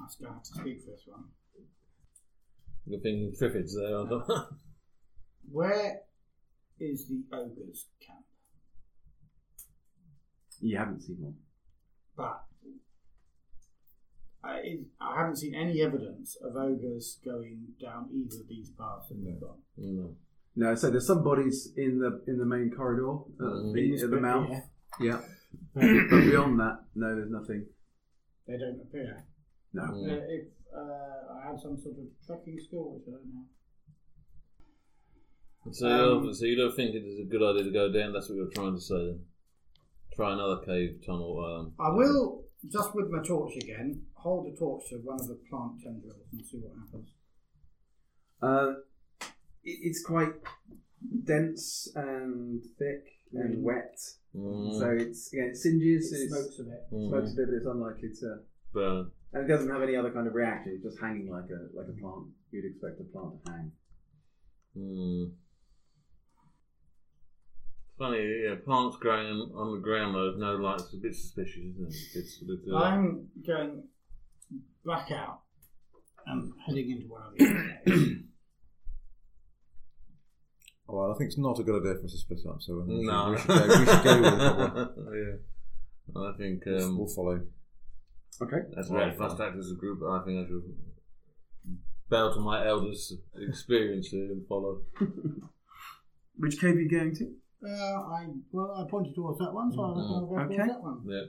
Speaker 5: I'm going to have to speak for this one.
Speaker 3: You're thinking Triffids there, aren't you?
Speaker 5: Where is the ogre's camp?
Speaker 4: You haven't seen one.
Speaker 5: But I, I haven't seen any evidence of ogres going down either of these paths that we've gone.
Speaker 3: No.
Speaker 4: No, so there's some bodies in the in the main corridor, at the, at the mouth.
Speaker 5: Yeah,
Speaker 4: Yeah, but beyond that, no, there's nothing.
Speaker 5: they don't appear.
Speaker 4: No.
Speaker 5: Uh, if uh, I had some sort of tracking skill, which I don't have.
Speaker 3: So, you- so you don't think it is a good idea to go down? That's what you're trying to say. Then. Try another cave tunnel. Um,
Speaker 5: I will, just with my torch again, hold the torch to one of the plant tendrils and see what happens.
Speaker 4: Uh, it, it's quite dense and thick and wet.
Speaker 3: Mm.
Speaker 4: So it's again, Mm-hmm. it singes,
Speaker 5: It
Speaker 4: it's,
Speaker 5: smokes a bit.
Speaker 3: Mm-hmm.
Speaker 4: smokes a bit, but it's unlikely to.
Speaker 3: Burn.
Speaker 4: And it doesn't have any other kind of reaction. It's just hanging like a like a plant. You'd expect a plant to hang.
Speaker 3: Mm. Funny, yeah, plants growing on, on the ground though, with no lights, a bit suspicious, isn't it? It's sort of, uh,
Speaker 5: I'm going back out and heading into one of the
Speaker 6: Oh, well, I think it's not a good idea for us to split up, so um,
Speaker 3: no,
Speaker 6: we, should go, we should go with the other way.
Speaker 3: yeah. I think
Speaker 6: We'll-
Speaker 3: um,
Speaker 6: We'll follow.
Speaker 4: Okay.
Speaker 3: That's right. If I stacked as a group, I think I should bow to my elders' experience here and follow.
Speaker 4: Which cave are you going to?
Speaker 5: Uh, I well, I pointed towards that one, so I reckon I'll go towards
Speaker 4: Mm-hmm. Okay.
Speaker 5: that one.
Speaker 3: Yeah.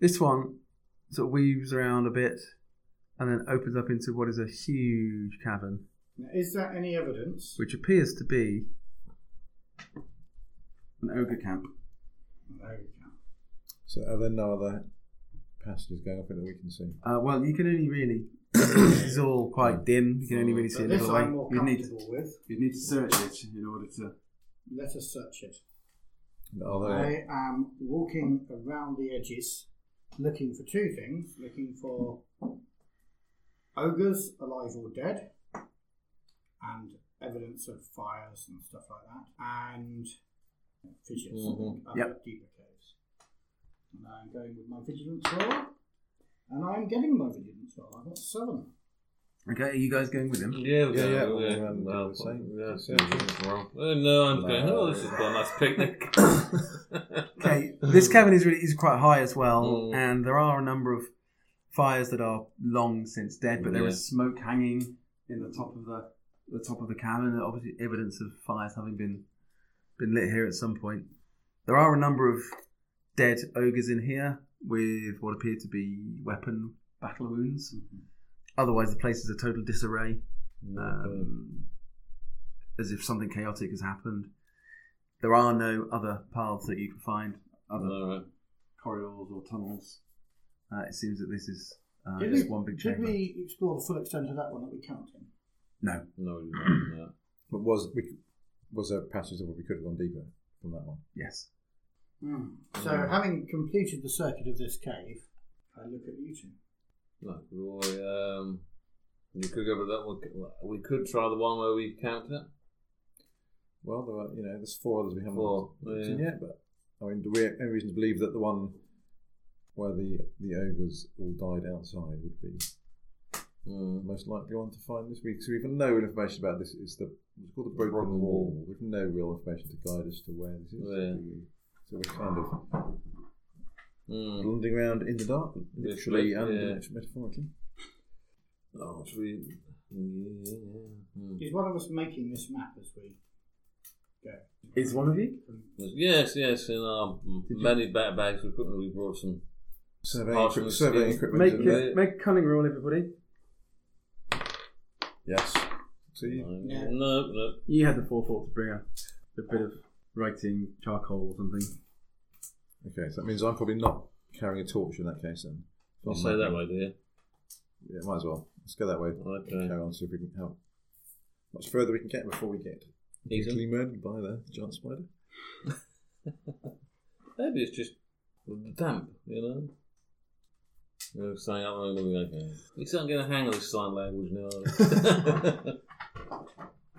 Speaker 4: This one sort of weaves around a bit and then opens up into what is a huge cavern,
Speaker 5: Now, is there any evidence?
Speaker 4: which appears to be an ogre camp.
Speaker 5: There we go.
Speaker 6: So are there no other passages going up in that we can see?
Speaker 4: Uh, well, you can only really. this is all quite dim. You can only really see a
Speaker 5: But this
Speaker 4: little way.
Speaker 5: I'm more
Speaker 4: You'd need,
Speaker 5: comfortable with.
Speaker 4: you'd need to search it in order to.
Speaker 5: Let us search it.
Speaker 6: Are there?
Speaker 5: I am walking around the edges, looking for two things: looking for ogres, alive or dead, and evidence of fires and stuff like that, and fishes.
Speaker 3: Mhm.
Speaker 5: other
Speaker 4: Mm-hmm. Yep.
Speaker 5: Deeper caves. And I'm going with my vigilance roll, and I'm getting my vigilance roll. I've got seven.
Speaker 4: Okay, are you guys going with him?
Speaker 3: Yeah,
Speaker 6: Yeah, yeah,
Speaker 3: well,
Speaker 6: all
Speaker 3: yeah.
Speaker 6: around
Speaker 3: Well,
Speaker 6: the same.
Speaker 3: yeah,
Speaker 6: Yeah.
Speaker 3: yeah, wrong. Uh, no, I'm
Speaker 6: No.
Speaker 3: going, oh, this has got a nice picnic.
Speaker 4: Okay, this cavern is really is quite high as well,
Speaker 3: Um, Mm.
Speaker 4: and there are a number of fires that are long since dead, but there is smoke hanging in the top of the the top of the cavern. Obviously, evidence of fires having been been lit here at some point. There are a number of dead ogres in here with what appear to be weapon battle wounds. Otherwise, the place is a total disarray, um, as if something chaotic has happened. There are no other paths that you can find, other
Speaker 3: All right.
Speaker 4: corridors or tunnels. Uh, it seems that this is uh,
Speaker 5: Did
Speaker 4: just
Speaker 5: we-
Speaker 4: one big
Speaker 5: Should
Speaker 4: chamber.
Speaker 5: we explore the full extent of that one that we count in?
Speaker 4: No,
Speaker 3: No, you don't know.
Speaker 6: But was we, was there passages where we could have gone deeper from that one?
Speaker 4: yes. Mm.
Speaker 5: So, having completed the circuit of this cave, I look at you two.
Speaker 3: No, we, um, you could go with that one. We could try the one where we count it.
Speaker 6: Well, there are, you know, there's four others we haven't
Speaker 3: Four,
Speaker 6: looked
Speaker 3: yeah.
Speaker 6: in yet. But I mean, do we have any reason to believe that the one where the the ogres all died outside would be the
Speaker 3: Mm.
Speaker 6: most likely one to find this week? So we have no information about this. It's the it's called the broken,
Speaker 3: Broken
Speaker 6: wall.
Speaker 3: Wall.
Speaker 6: We've no real information to guide us to where this is.
Speaker 3: Yeah.
Speaker 6: do we? So we're kind of
Speaker 3: Mm.
Speaker 6: blundering around in the dark, literally
Speaker 3: Literally,
Speaker 6: and
Speaker 3: yeah.
Speaker 6: metaphorically.
Speaker 3: Oh, should we? Yeah, yeah, yeah. Mm.
Speaker 5: Is one of us making this map as we go?
Speaker 4: Is one of you?
Speaker 3: Yes, yes. In our many backpacks, we put we brought some.
Speaker 6: Surveying,
Speaker 3: Apart from
Speaker 6: equip-
Speaker 3: the
Speaker 6: surveying
Speaker 3: skills.
Speaker 6: equipment.
Speaker 4: Make
Speaker 6: and-
Speaker 3: it-
Speaker 4: make a cunning roll, everybody.
Speaker 6: Yes. So you,
Speaker 3: No, no. no.
Speaker 4: You had the forethought to bring a, a bit of writing, charcoal, or something.
Speaker 6: Okay, so that means I'm probably not carrying a torch in that case then.
Speaker 3: You say that way, do you?
Speaker 6: Yeah, might as well. Let's go that way.
Speaker 3: Okay.
Speaker 6: Carry on, see if we can help. Much further we can get before we get easily
Speaker 3: Eaten?
Speaker 6: murdered by the giant spider.
Speaker 3: Maybe it's just the damp, you know. You know, saying up okay. You sound going to hang on this sign language now.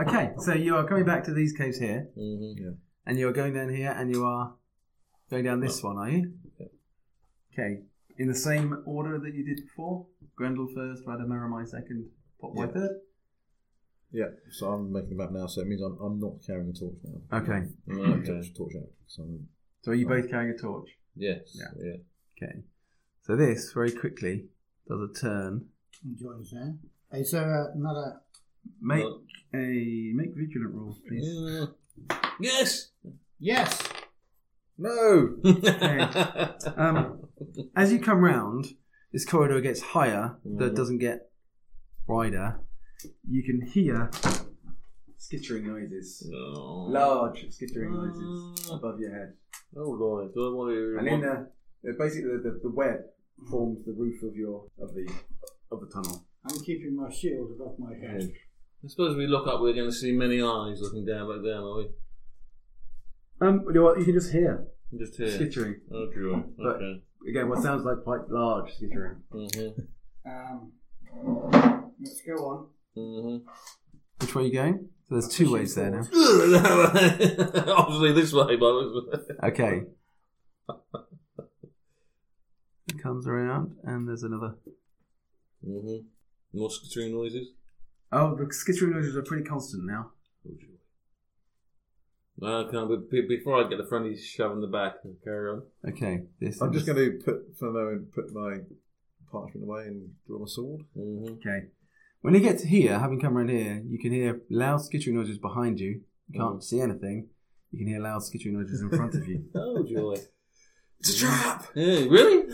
Speaker 4: Okay, so you are coming back to these caves here,
Speaker 3: mm-hmm.
Speaker 4: and you are going down here, and you are going down this one, are you? Okay, in the same order that you did before. Grendel first, Radamaramai second, Potway
Speaker 6: Yeah.
Speaker 4: third.
Speaker 6: Yeah, so I'm making the map now, so it means I'm, I'm not carrying a torch now.
Speaker 4: Okay,
Speaker 6: I'm
Speaker 3: Okay.
Speaker 6: torch, torch out. So I'm,
Speaker 4: so are you both carrying a torch?
Speaker 3: Yes.
Speaker 4: Yeah.
Speaker 3: Yeah.
Speaker 4: Okay. So this very quickly does a turn.
Speaker 5: Joins there. Is there another?
Speaker 4: Make
Speaker 3: Well-
Speaker 4: a make vigilant rolls, please.
Speaker 3: Mm. Yes.
Speaker 5: Yes.
Speaker 6: no!
Speaker 4: Um, as you come round, this corridor gets higher, though it doesn't get wider. You can hear skittering noises,
Speaker 3: No.
Speaker 4: large skittering noises
Speaker 3: noises
Speaker 4: above your head,
Speaker 3: Oh Lord, do I want to?
Speaker 4: and in the basically the, the, the web forms the roof of your of the of the tunnel.
Speaker 5: I'm keeping my shield above my head.
Speaker 3: I suppose we look up, we're going to see many eyes looking down back down, are we?
Speaker 4: Um, you know what? You can just hear
Speaker 3: Just here.
Speaker 4: skittering
Speaker 3: Oh, sure.
Speaker 4: But-
Speaker 3: Okay.
Speaker 4: again. What sounds like quite large skittering.
Speaker 3: Mm-hmm.
Speaker 5: Um, let's go on.
Speaker 3: Mm-hmm.
Speaker 4: Which way are you going? So there's two ways there now.
Speaker 3: Mm-hmm. Obviously this way, but
Speaker 4: Okay. It comes around, and there's another.
Speaker 3: mm-hmm. more skittering noises.
Speaker 4: Oh, the skittering noises are pretty constant now.
Speaker 3: Oh, sure. No, I can't. But be- before I get the friendly shove in the back, carry on.
Speaker 4: Okay, this.
Speaker 6: I'm
Speaker 4: is-
Speaker 6: just going to put for a moment put my parchment away and draw my sword.
Speaker 3: Mm-hmm.
Speaker 4: Okay. When you get to here, having come around here, you can hear loud skittering noises behind you. You can't
Speaker 3: Mm.
Speaker 4: see anything. You can hear loud skittering noises in front of you.
Speaker 3: Oh, joy.
Speaker 6: It's a trap.
Speaker 3: yeah, really?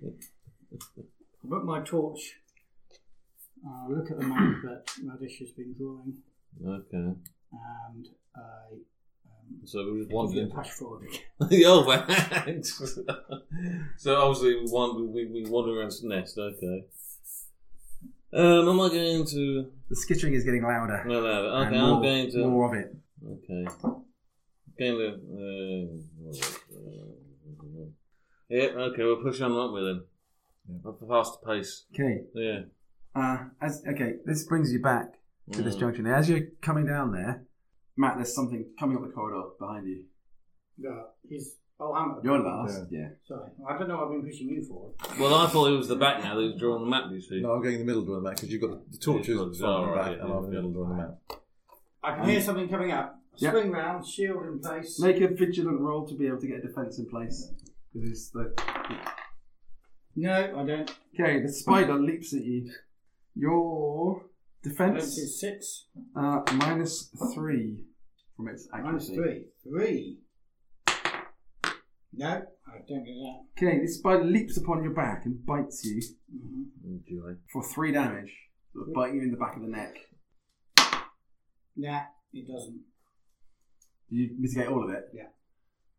Speaker 5: I put my torch. I look at the map that Radish has been drawing,
Speaker 3: okay.
Speaker 5: and I um,
Speaker 3: So we just
Speaker 5: give you
Speaker 3: wanted
Speaker 5: a push forward again.
Speaker 3: oh, thanks. so obviously we wander, we, we wander around to nest. Okay. Um, am I going to?
Speaker 4: the skittering is getting louder.
Speaker 3: No, no.
Speaker 4: and
Speaker 3: Okay,
Speaker 4: more,
Speaker 3: I'm going to.
Speaker 4: More of it.
Speaker 3: Okay. Going to. Uh, yeah. Okay, we'll push on up with him. Up the faster pace.
Speaker 4: Okay.
Speaker 3: Yeah.
Speaker 4: Uh, as, okay, this brings you back to
Speaker 3: Mm.
Speaker 4: this junction. As you're coming down there, Matt, there's something coming up the corridor behind you.
Speaker 5: Yeah, he's. Oh, I'm.
Speaker 4: You're last. Yeah.
Speaker 5: Sorry, I don't know. what I've been pushing you for.
Speaker 3: Well, I thought it was the back now. They was drawing the map. You see.
Speaker 6: No, I'm going in the middle drawing the map because you've got the torches
Speaker 3: Yeah,
Speaker 6: on
Speaker 3: it's
Speaker 6: the
Speaker 3: not- oh,
Speaker 6: back,
Speaker 3: right, yeah,
Speaker 6: and I'm in the
Speaker 3: yeah.
Speaker 6: middle drawing the map.
Speaker 5: I can hear something coming up.
Speaker 4: Mm. Yeah.
Speaker 5: Swing round, shield in place.
Speaker 4: Make a vigilant roll to be able to get a defense in place. Because it's the
Speaker 5: No, I don't.
Speaker 4: Okay, the spider leaps at you. Your
Speaker 5: Defense
Speaker 4: defense
Speaker 5: is six.
Speaker 4: uh, minus three from its
Speaker 5: Minus
Speaker 4: accuracy.
Speaker 5: three. Three. No, I don't get that.
Speaker 4: Okay, this spider leaps upon your back and bites you
Speaker 5: hmm
Speaker 3: Enjoy.
Speaker 4: for three damage, but biting you in the back of the neck.
Speaker 5: Nah, it doesn't.
Speaker 4: Do you mitigate all of it?
Speaker 5: Yeah.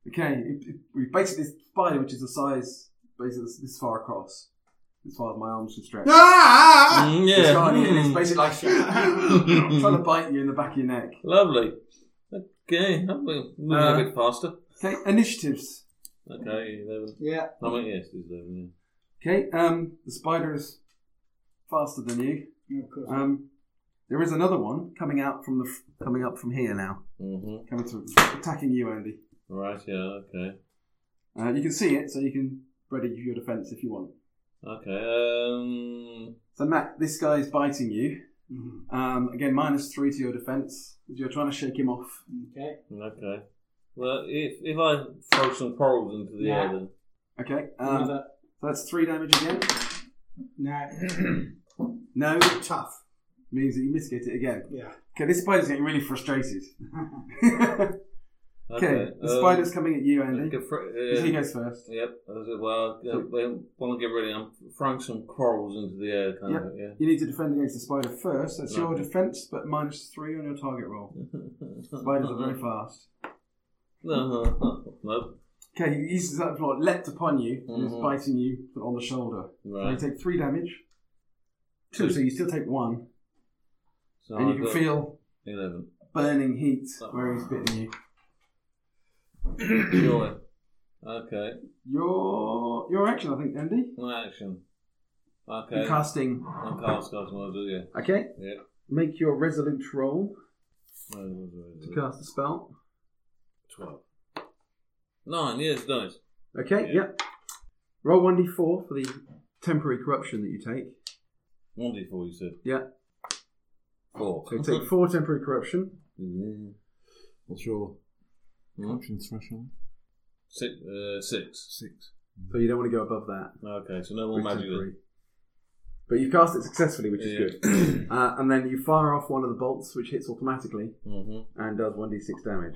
Speaker 4: Okay, it, it, we basically this spider, which is the size basically this, this far across, as far as my arms can stretch.
Speaker 5: Ah!
Speaker 3: Mm,
Speaker 4: It's
Speaker 3: yeah.
Speaker 4: guarding it, and
Speaker 3: Mm.
Speaker 4: it's basically like trying to bite you in the back of your neck.
Speaker 3: Lovely. Okay, I'm moving moving
Speaker 4: Uh,
Speaker 3: a bit faster.
Speaker 4: Okay, initiatives.
Speaker 3: Okay, 11.
Speaker 5: Yeah.
Speaker 3: I mean, yes, it's 11,
Speaker 4: Okay, um, the spider is faster than you.
Speaker 5: Of course.
Speaker 4: Um, there is another one coming out from the f- coming up from here now,
Speaker 3: yeah. Mm-hmm.
Speaker 4: coming to attacking you, Andy.
Speaker 3: Right, yeah, okay.
Speaker 4: Uh, you can see it, so you can ready your defense if you want.
Speaker 3: Okay, um...
Speaker 4: So Matt, this guy is biting you.
Speaker 5: Mhm.
Speaker 4: Um, again, minus three to your defense. 'cause You're trying to shake him off.
Speaker 5: Okay.
Speaker 3: Okay. Well, if if I throw some corals into the air,
Speaker 5: Yeah.
Speaker 3: then...
Speaker 4: Okay, um, so
Speaker 5: Another.
Speaker 4: that's three damage again.
Speaker 5: No.
Speaker 4: No
Speaker 5: Tough.
Speaker 4: means that you mitigate it again.
Speaker 5: Yeah.
Speaker 4: Okay, this spider's getting really frustrated.
Speaker 3: Okay,
Speaker 4: okay, the
Speaker 3: um,
Speaker 4: spider's coming at you, Andy.
Speaker 3: okay, fr-
Speaker 4: He
Speaker 3: uh,
Speaker 4: goes first.
Speaker 3: Yep, as it- well, I want to get ready. I'm throwing some corals into the air, kind of, yeah.
Speaker 4: You need to defend against the spider first. That's your
Speaker 3: Okay.
Speaker 4: defense, but minus three on your target roll. Spiders are very fast.
Speaker 3: No, no, no, no.
Speaker 4: Okay, he uses that block, leapt upon you, and is
Speaker 3: Mhm.
Speaker 4: biting you but on the shoulder.
Speaker 3: Right.
Speaker 4: So you take three damage. Two, so you still take one.
Speaker 3: So
Speaker 4: and
Speaker 3: I've
Speaker 4: you can
Speaker 3: got
Speaker 4: feel
Speaker 3: 11.
Speaker 4: burning heat
Speaker 3: Oh.
Speaker 4: where he's bitten you.
Speaker 3: Joy. Okay.
Speaker 4: Your your action, I think, Andy.
Speaker 3: My action. Okay.
Speaker 4: You're casting.
Speaker 3: I'm cast, cast, what I do, yeah.
Speaker 4: Okay.
Speaker 3: Yeah.
Speaker 4: Make your resolute roll
Speaker 3: Where- where- where is
Speaker 4: to
Speaker 3: it?
Speaker 4: cast the spell.
Speaker 3: 12. 9, yes, nice.
Speaker 4: Okay,
Speaker 3: Yeah.
Speaker 4: yep. Roll 1d4 for the temporary corruption that you take.
Speaker 3: 1d4, you said.
Speaker 4: Yeah.
Speaker 3: 4.
Speaker 4: So you take four temporary corruption.
Speaker 3: Mhm.
Speaker 6: What's your
Speaker 3: Mhm.
Speaker 6: threshold?
Speaker 3: Six, uh, six.
Speaker 6: Six.
Speaker 4: So you don't want to go above that.
Speaker 3: Okay, so no more
Speaker 4: with
Speaker 3: magic.
Speaker 4: temporary.
Speaker 3: then.
Speaker 4: But you cast it successfully, which is
Speaker 3: Yeah.
Speaker 4: good. Uh, and then you fire off one of the bolts, which hits automatically
Speaker 3: Mhm.
Speaker 4: and does 1d6 damage.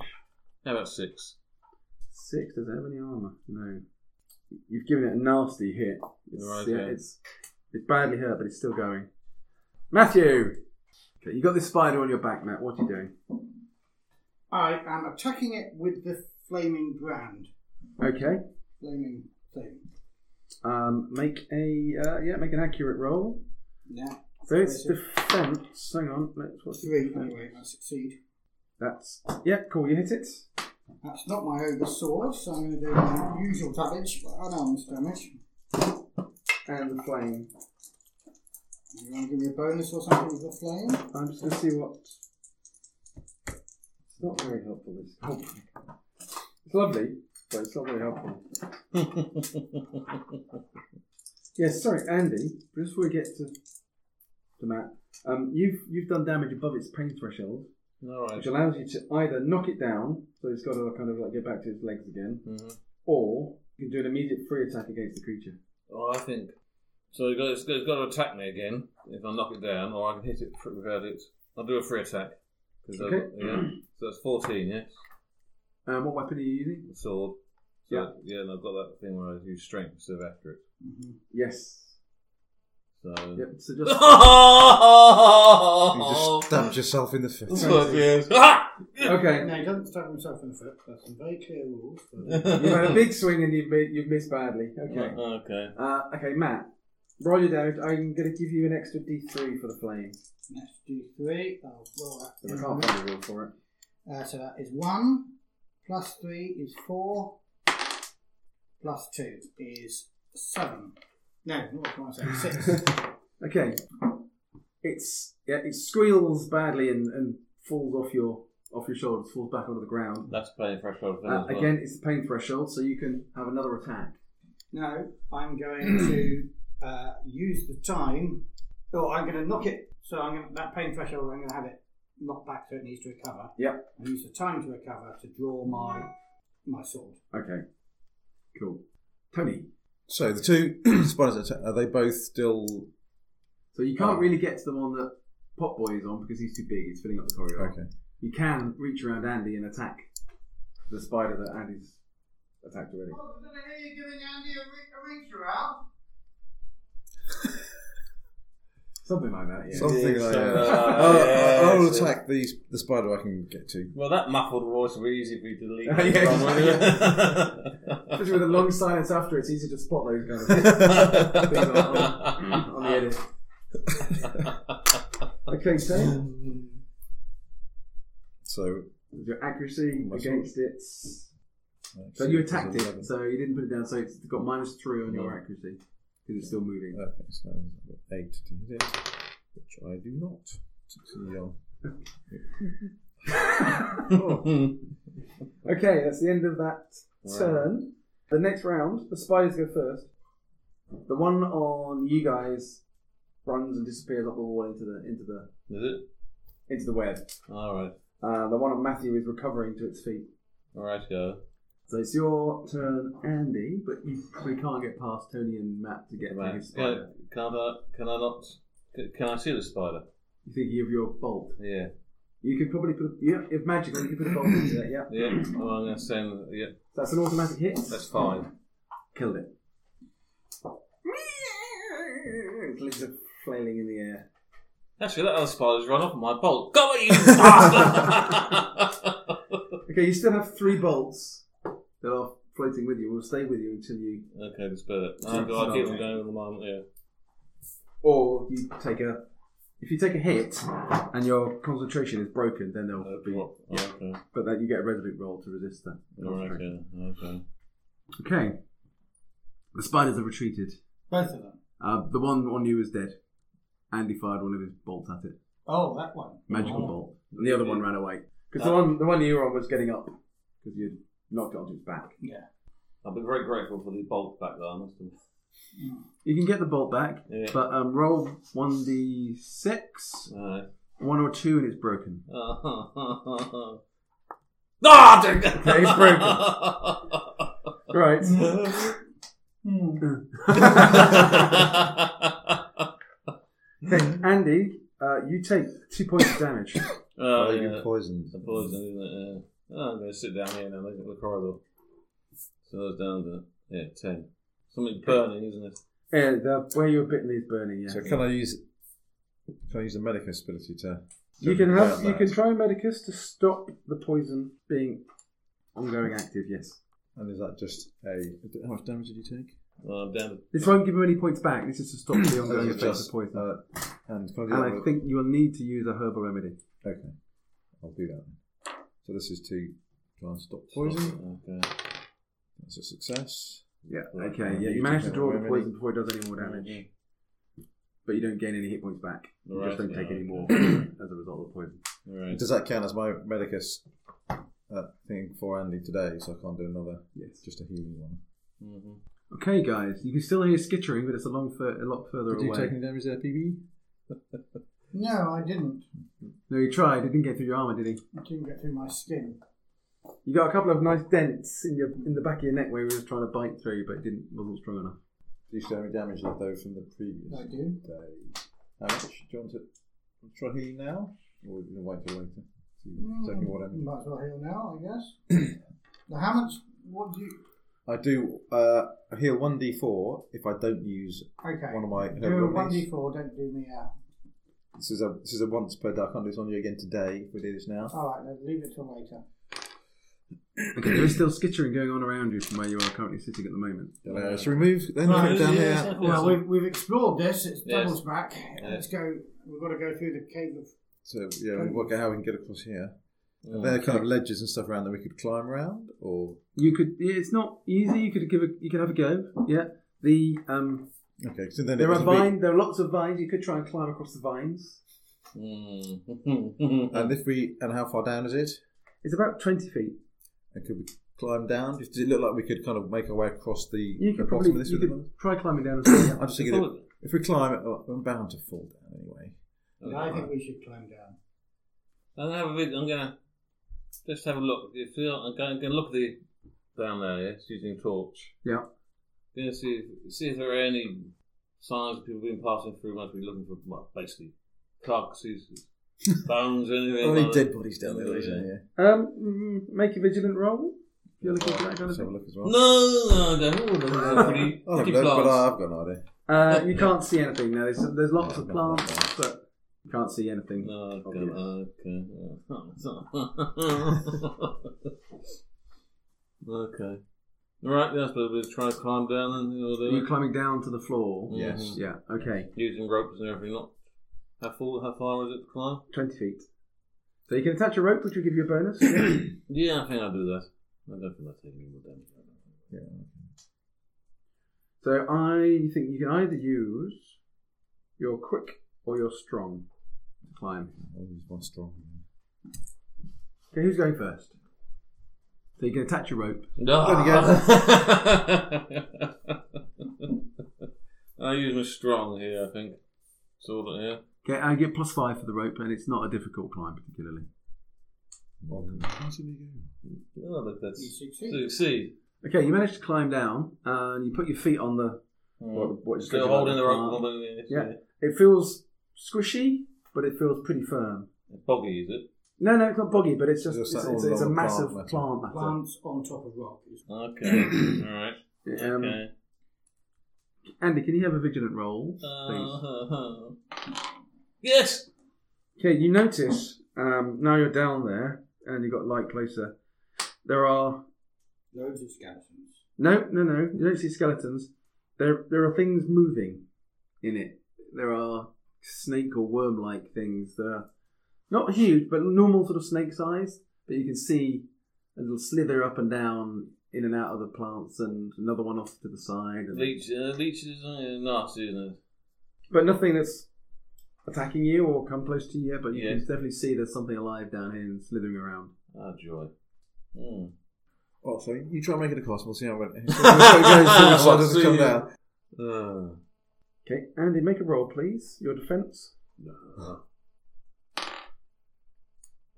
Speaker 3: How about 6?
Speaker 4: Six, does it have any armor? No. You've given it a nasty hit. It's,
Speaker 3: Right,
Speaker 4: yeah,
Speaker 3: yeah.
Speaker 4: it's, it's badly hurt, but it's still going. Matthew! Okay, you got this spider on your back, Matt. What are you doing?
Speaker 5: I am attacking it with the flaming brand.
Speaker 4: Okay.
Speaker 5: Flaming thing.
Speaker 4: Um, make a uh, yeah, make an accurate roll.
Speaker 5: Yeah.
Speaker 4: So it's defense. Hang on, let's what's the
Speaker 5: Three,
Speaker 4: defense?
Speaker 5: anyway, I succeed.
Speaker 4: That's yeah, cool. You hit it.
Speaker 5: That's not my ogre sword, so I'm going to do my usual damage, but unarmed damage.
Speaker 4: And the flame.
Speaker 5: You want to give me a bonus or something with the flame?
Speaker 4: I'm just gonna see what. It's not very helpful. This. It's lovely, but it's not very helpful. Yes, sorry, Andy. Just before we get to to Matt, um, you've you've done damage above its pain threshold.
Speaker 3: All right.
Speaker 4: which allows you to either knock it down, so it's got to kind of like get back to its legs again,
Speaker 3: Mhm.
Speaker 4: or you can do an immediate free attack against the creature.
Speaker 3: Oh, I think so. It's got, it's got- it's got to attack me again if I knock it down, or I can hit it fr- without it. I'll do a free attack. 'Cause I've
Speaker 4: Okay.
Speaker 3: got- yeah. So that's fourteen, yes.
Speaker 4: Um, what weapon are you using?
Speaker 3: The sword. So,
Speaker 4: Yeah.
Speaker 3: Yeah, and I've got that thing where I use strength to serve after it.
Speaker 4: Yes.
Speaker 3: So.
Speaker 4: Yep. So just
Speaker 6: You
Speaker 3: Oh,
Speaker 6: just stabbed yourself in the face.
Speaker 3: yes. Ah!
Speaker 4: okay.
Speaker 5: No, he doesn't stab himself in the foot. That's some very clear rules.
Speaker 4: You've had a big swing and you've, mi- you've missed badly. Okay.
Speaker 3: oh, Okay.
Speaker 4: Uh, okay, Matt. Roll your damage. I'm going to give you an extra D3 for the flame.
Speaker 5: Let's do three. I'll roll that.
Speaker 4: So
Speaker 5: in
Speaker 4: I
Speaker 5: a
Speaker 4: can't
Speaker 5: minute.
Speaker 4: find a roll for it.
Speaker 5: Uh, so that is one, plus three is four, plus two is seven. No, not what I say, six.
Speaker 4: Okay. It's yeah, it squeals badly and, and falls off your off your shoulders, falls back onto the ground.
Speaker 3: That's playing threshold.
Speaker 4: Uh, again, it's the pain threshold, so you can have another attack.
Speaker 5: no, I'm going to uh, use the time. Oh, I'm going to knock it. So I'm going to, that pain threshold, I'm going to have it knocked back so it needs to recover.
Speaker 4: Yep.
Speaker 5: And use the time to recover to draw my my sword.
Speaker 4: Okay. Cool. Tony.
Speaker 6: So the two spiders atta- are they both still
Speaker 4: So you can't
Speaker 6: Oh.
Speaker 4: really get to them on the pot boy is on because he's too big. He's filling up the corridor.
Speaker 6: okay?
Speaker 4: You can reach around Andy and attack the spider that Andy's attacked already. Something like that, yeah.
Speaker 6: Something like
Speaker 3: so,
Speaker 6: that.
Speaker 3: uh,
Speaker 6: I'll,
Speaker 3: yes,
Speaker 6: I'll
Speaker 3: yes.
Speaker 6: attack these the spider I can get to.
Speaker 3: Well, that muffled voice will be easy for you to delete.
Speaker 4: Yeah,
Speaker 3: from, wouldn't it?
Speaker 4: Especially with a long silence after, it's easy to spot those kind of things on, on, on the edit. Okay, so
Speaker 6: So
Speaker 4: your accuracy
Speaker 6: My sword.
Speaker 4: against it. So you attacked it, so you didn't put it down, so it's got minus three on your
Speaker 6: No.
Speaker 4: accuracy because it's still moving.
Speaker 6: Okay, so I've got eight to hit it, which I do not succeed on.
Speaker 4: Okay, that's the end of that turn. The next round, the spiders go first. The one on you guys runs and disappears up the wall into the into the
Speaker 3: Is it?
Speaker 4: into the web.
Speaker 3: All right.
Speaker 4: Uh, the one on Matthew is recovering to its feet.
Speaker 3: All right, go.
Speaker 4: So it's your turn, Andy, but you probably can't get past Tony and Matt to get to
Speaker 3: Right.
Speaker 4: his spider.
Speaker 3: Can I? Can I not? Can I see the spider?
Speaker 4: You think of your bolt.
Speaker 3: Yeah.
Speaker 4: You could probably put a, yeah, if magical, you could put a bolt into that, yeah.
Speaker 3: Yeah. Oh, I'm going to send. Yeah.
Speaker 4: So that's an automatic hit.
Speaker 3: That's fine.
Speaker 4: Killed it. Its legs are flailing in the air.
Speaker 3: Actually, that other spider's run off my bolt. Go away, you bastard!
Speaker 4: Okay, you still have three bolts that are floating with you. Will stay with you until you,
Speaker 3: okay, the spirit. Oh, God, I keep them going at the moment. Yeah.
Speaker 4: or you take a. If you take a hit and your concentration is broken, then they'll be.
Speaker 3: Oh, okay.
Speaker 4: But that you get a resolute roll to resist that.
Speaker 3: All right. Yeah. Okay.
Speaker 4: Okay. The spiders have retreated.
Speaker 5: Both of them.
Speaker 4: Uh, the one on you is dead. Andy fired one of his bolts at it,
Speaker 5: Oh, that one.
Speaker 4: magical
Speaker 5: Oh.
Speaker 4: bolt, and the other one ran away Uh, because the one the one you were on was getting up because you knocked it onto its back.
Speaker 5: Yeah.
Speaker 3: I've been very grateful for the bolt back there. I must admit.
Speaker 4: You can get the bolt back,
Speaker 3: Yeah.
Speaker 4: but um, roll one d six,
Speaker 3: Alright.
Speaker 4: one or two, and it's broken.
Speaker 3: No, Ah, I didn't.
Speaker 4: Okay, it's Right. okay, Andy, uh, you take two points of damage.
Speaker 3: oh,
Speaker 6: oh,
Speaker 3: yeah.
Speaker 6: you're poisoned.
Speaker 3: The poison, isn't it? Yeah. Oh, I'm going to sit down here now, look at the corridor. So that's down to, yeah, 10. Something burning, isn't it?
Speaker 4: Yeah, the, where you were bitten is burning. Yeah.
Speaker 6: So can I use can I use a medicus ability to?
Speaker 4: You can have
Speaker 6: Yeah,
Speaker 4: you
Speaker 6: that.
Speaker 4: can try medicus to stop the poison being ongoing active. Yes.
Speaker 6: And is that just a how much damage did you take?
Speaker 3: Well, I'm down to,
Speaker 4: This won't give him any points back. This is to stop the ongoing
Speaker 6: Is it
Speaker 4: effects
Speaker 6: just,
Speaker 4: of poison.
Speaker 6: uh, and can I do
Speaker 4: and
Speaker 6: that
Speaker 4: I
Speaker 6: with-
Speaker 4: think you'll need to use a herbal remedy.
Speaker 6: okay, I'll do that. then. So this is to try and stop poison.
Speaker 3: okay.
Speaker 6: That's a success.
Speaker 4: Yeah.
Speaker 6: Right.
Speaker 4: Okay. Yeah.
Speaker 6: You
Speaker 4: You
Speaker 6: take
Speaker 4: manage to
Speaker 6: herbal
Speaker 4: draw the
Speaker 6: remedy.
Speaker 4: poison before it does any more damage, but you don't gain any hit points back. You
Speaker 3: Right,
Speaker 4: just don't take
Speaker 3: yeah,
Speaker 4: any more
Speaker 3: okay.
Speaker 4: as a result of the poison.
Speaker 3: Alright.
Speaker 6: Does that count as my medicus uh, thing for Andy today? So I can't do another.
Speaker 4: Yes.
Speaker 6: Just a healing one.
Speaker 3: Mm-hmm.
Speaker 4: Okay, guys, you can still hear skittering, but it's a long, fur- a lot further
Speaker 6: Did you
Speaker 4: away.
Speaker 6: take any damage there, PB?
Speaker 5: No, I didn't.
Speaker 4: No, you tried. It didn't get through your armor, did he?
Speaker 5: I didn't get through my skin.
Speaker 4: You got a couple of nice dents in your in the back of your neck where he was trying to bite through, but it didn't wasn't strong enough.
Speaker 6: Do you still have any damage left though from the previous
Speaker 5: I do.
Speaker 6: day? How much? Do you want to try to heal you now? Or do you want to wait till later? See exactly what
Speaker 5: Mm,
Speaker 6: damage.
Speaker 5: might as well heal now, I guess. now, how much? What do you?
Speaker 6: I do uh, heal 1d4 if I don't use
Speaker 5: Okay.
Speaker 6: one of my
Speaker 5: do one
Speaker 6: herbal
Speaker 5: d
Speaker 6: remedies.
Speaker 5: four. Don't do me out.
Speaker 6: This is a this is a once per day. I can't do this on you again today. If we do this now,
Speaker 5: All right, then leave it till later.
Speaker 4: Okay, there is still skittering going on around you from where you are currently sitting at the moment.
Speaker 6: uh, shall we move? Then
Speaker 5: Right,
Speaker 6: Click down
Speaker 3: yeah,
Speaker 6: here.
Speaker 3: yeah.
Speaker 5: Well, we've, we've explored this. It's
Speaker 3: Yes.
Speaker 5: doubles back.
Speaker 3: Yes.
Speaker 5: Let's go. We've got to go through the cave of.
Speaker 6: So yeah, we work out how we can get across here.
Speaker 3: Mm.
Speaker 6: There are kind of ledges and stuff around that we could climb around, or
Speaker 4: You could. yeah, It's not easy. You could give a. You could have a go. Yeah. The um.
Speaker 6: okay. So then it
Speaker 4: There are
Speaker 6: would be-
Speaker 4: vines. There are lots of vines. You could try and climb across the vines.
Speaker 3: Mm.
Speaker 6: And if we and how far down is it?
Speaker 4: It's about twenty feet.
Speaker 6: And could we climb down? Does it look like we could kind of make our way across the,
Speaker 4: You
Speaker 6: the
Speaker 4: could
Speaker 6: bottom
Speaker 4: probably
Speaker 6: of this?
Speaker 4: you
Speaker 6: with the
Speaker 4: could
Speaker 6: vines?
Speaker 4: try climbing down. As
Speaker 6: I'm
Speaker 4: well.
Speaker 6: just thinking that if we climb, it, oh, I'm bound to fall down anyway.
Speaker 5: And I think we should climb down.
Speaker 3: I'm gonna have a vid- I'm gonna just have a look. If you I'm gonna, gonna look at the down there, yes, using a torch.
Speaker 4: yeah.
Speaker 3: Gonna see if, see if there are any signs of people been passing through. Must be looking for well, basically carcasses, bones, anything.
Speaker 6: Only
Speaker 3: like
Speaker 6: dead
Speaker 3: that.
Speaker 6: bodies down there,
Speaker 3: Yeah.
Speaker 6: isn't there?
Speaker 4: Um. mm, Make a vigilant roll. If you're looking for that
Speaker 6: Yeah.
Speaker 4: kind of
Speaker 6: Let's have a
Speaker 4: thing.
Speaker 6: look as well.
Speaker 3: No, no, I don't. Ooh, they're pretty,
Speaker 6: I'll have a
Speaker 3: pretty
Speaker 6: look, but
Speaker 3: plants.
Speaker 6: I've got an idea.
Speaker 4: Uh, you can't see anything. No, there's, there's lots
Speaker 6: Yeah,
Speaker 4: of
Speaker 6: I've got
Speaker 4: plants, but you can't see anything.
Speaker 3: No, okay,
Speaker 4: Obvious.
Speaker 3: okay. Oh, yeah. okay. All right, yes, but we'll try to climb down and you know,
Speaker 4: Are
Speaker 3: do
Speaker 4: you
Speaker 3: it.
Speaker 4: climbing down to the floor?
Speaker 6: Yes.
Speaker 4: Yeah. Okay.
Speaker 3: using ropes and everything. Not how far? How far is it to climb?
Speaker 4: Twenty feet. So you can attach a rope, which will give you a bonus. Yeah.
Speaker 3: Yeah, I think I'll do that. I don't think I'll take any more damage.
Speaker 4: so I think you can either use your quick or your strong to climb.
Speaker 6: I'll use Oh, one strong.
Speaker 4: Okay, who's going first? So you can attach a rope.
Speaker 3: No. I use my strong here. I think. Sort of here.
Speaker 4: Okay, I get plus five for the rope, and it's not a difficult climb particularly.
Speaker 6: Welcome.
Speaker 3: Oh, that, that's
Speaker 5: You succeed.
Speaker 3: succeed.
Speaker 4: Okay, you manage to climb down, and you put your feet on the. What, what is
Speaker 3: Hmm. Still
Speaker 4: looking like
Speaker 3: holding the rope.
Speaker 4: plant.
Speaker 3: holding it,
Speaker 4: Yeah, it feels squishy, but it feels pretty firm.
Speaker 3: Boggy, is it?
Speaker 4: No, no, it's not boggy, but it's just
Speaker 6: Just
Speaker 4: it's,
Speaker 6: that
Speaker 4: it's,
Speaker 6: all
Speaker 4: it's a
Speaker 6: along the
Speaker 4: massive
Speaker 6: plant
Speaker 4: plant matter.
Speaker 5: Plants on top of rock. is-
Speaker 3: Okay. All right.
Speaker 4: Um,
Speaker 3: Okay.
Speaker 4: Andy, can you have a vigilant roll, please?
Speaker 3: Uh, yes.
Speaker 4: Okay, you notice um, now you're down there and you got light closer. There are
Speaker 5: Loads of skeletons.
Speaker 4: no, no, no. You don't see skeletons. There, there are things moving in it. There are snake or worm-like things. There are not huge, but normal sort of snake size. But you can see a little slither up and down, in and out of the plants, and another one off to the side. and-
Speaker 3: Leech, uh, leeches are nasty, isn't
Speaker 4: But nothing that's attacking you or come close to you, but you
Speaker 3: Yeah.
Speaker 4: can definitely see there's something alive down here and slithering around.
Speaker 3: it? Ah, joy. Hmm.
Speaker 6: Oh, so you try and make it across. We'll see how it went. So it goes to the side, doesn't come down.
Speaker 3: Uh,
Speaker 4: Okay, Andy, make a roll, please. Your defense.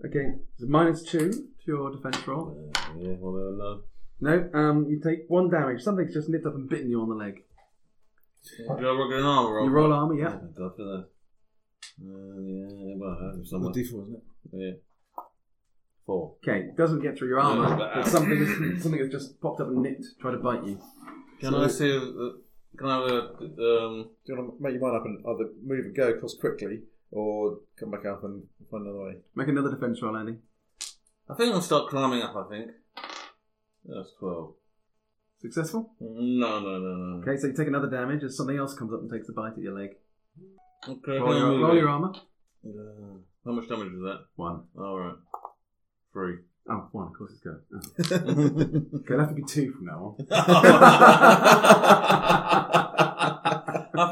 Speaker 4: Okay, so minus two to your defense roll.
Speaker 3: yeah, well, uh, no.
Speaker 4: No, um, you take one damage. Something's just nipped up and bitten you on the leg.
Speaker 3: Do I rock an arm roll?
Speaker 4: You roll armor,
Speaker 3: Yeah.
Speaker 4: yeah.
Speaker 3: God for that. Uh, yeah, well, I have
Speaker 6: Well,
Speaker 3: someone.
Speaker 6: D4, isn't it?
Speaker 3: Yeah. Four.
Speaker 4: Okay, doesn't get through your
Speaker 3: No,
Speaker 4: armor,
Speaker 3: but, uh,
Speaker 4: but something has, something has just popped up and nipped, tried to bite you.
Speaker 3: Can I see? if, Uh, can I have a um?
Speaker 6: Do you want to make your mind up and either move and go across quickly, or come back up and find another way?
Speaker 4: Make another defense roll, Andy.
Speaker 3: I think I'll start climbing up. I think. That's twelve.
Speaker 4: Successful.
Speaker 3: No, no, no, no.
Speaker 4: Okay, so you take another damage as something else comes up and takes a bite at your leg.
Speaker 3: Okay.
Speaker 4: Roll your, roll your armor.
Speaker 3: Uh, how much damage is that?
Speaker 4: One.
Speaker 3: All right. Three.
Speaker 4: Oh, one, of course it's going. Oh. Okay, it'll have to be two from now on.
Speaker 3: I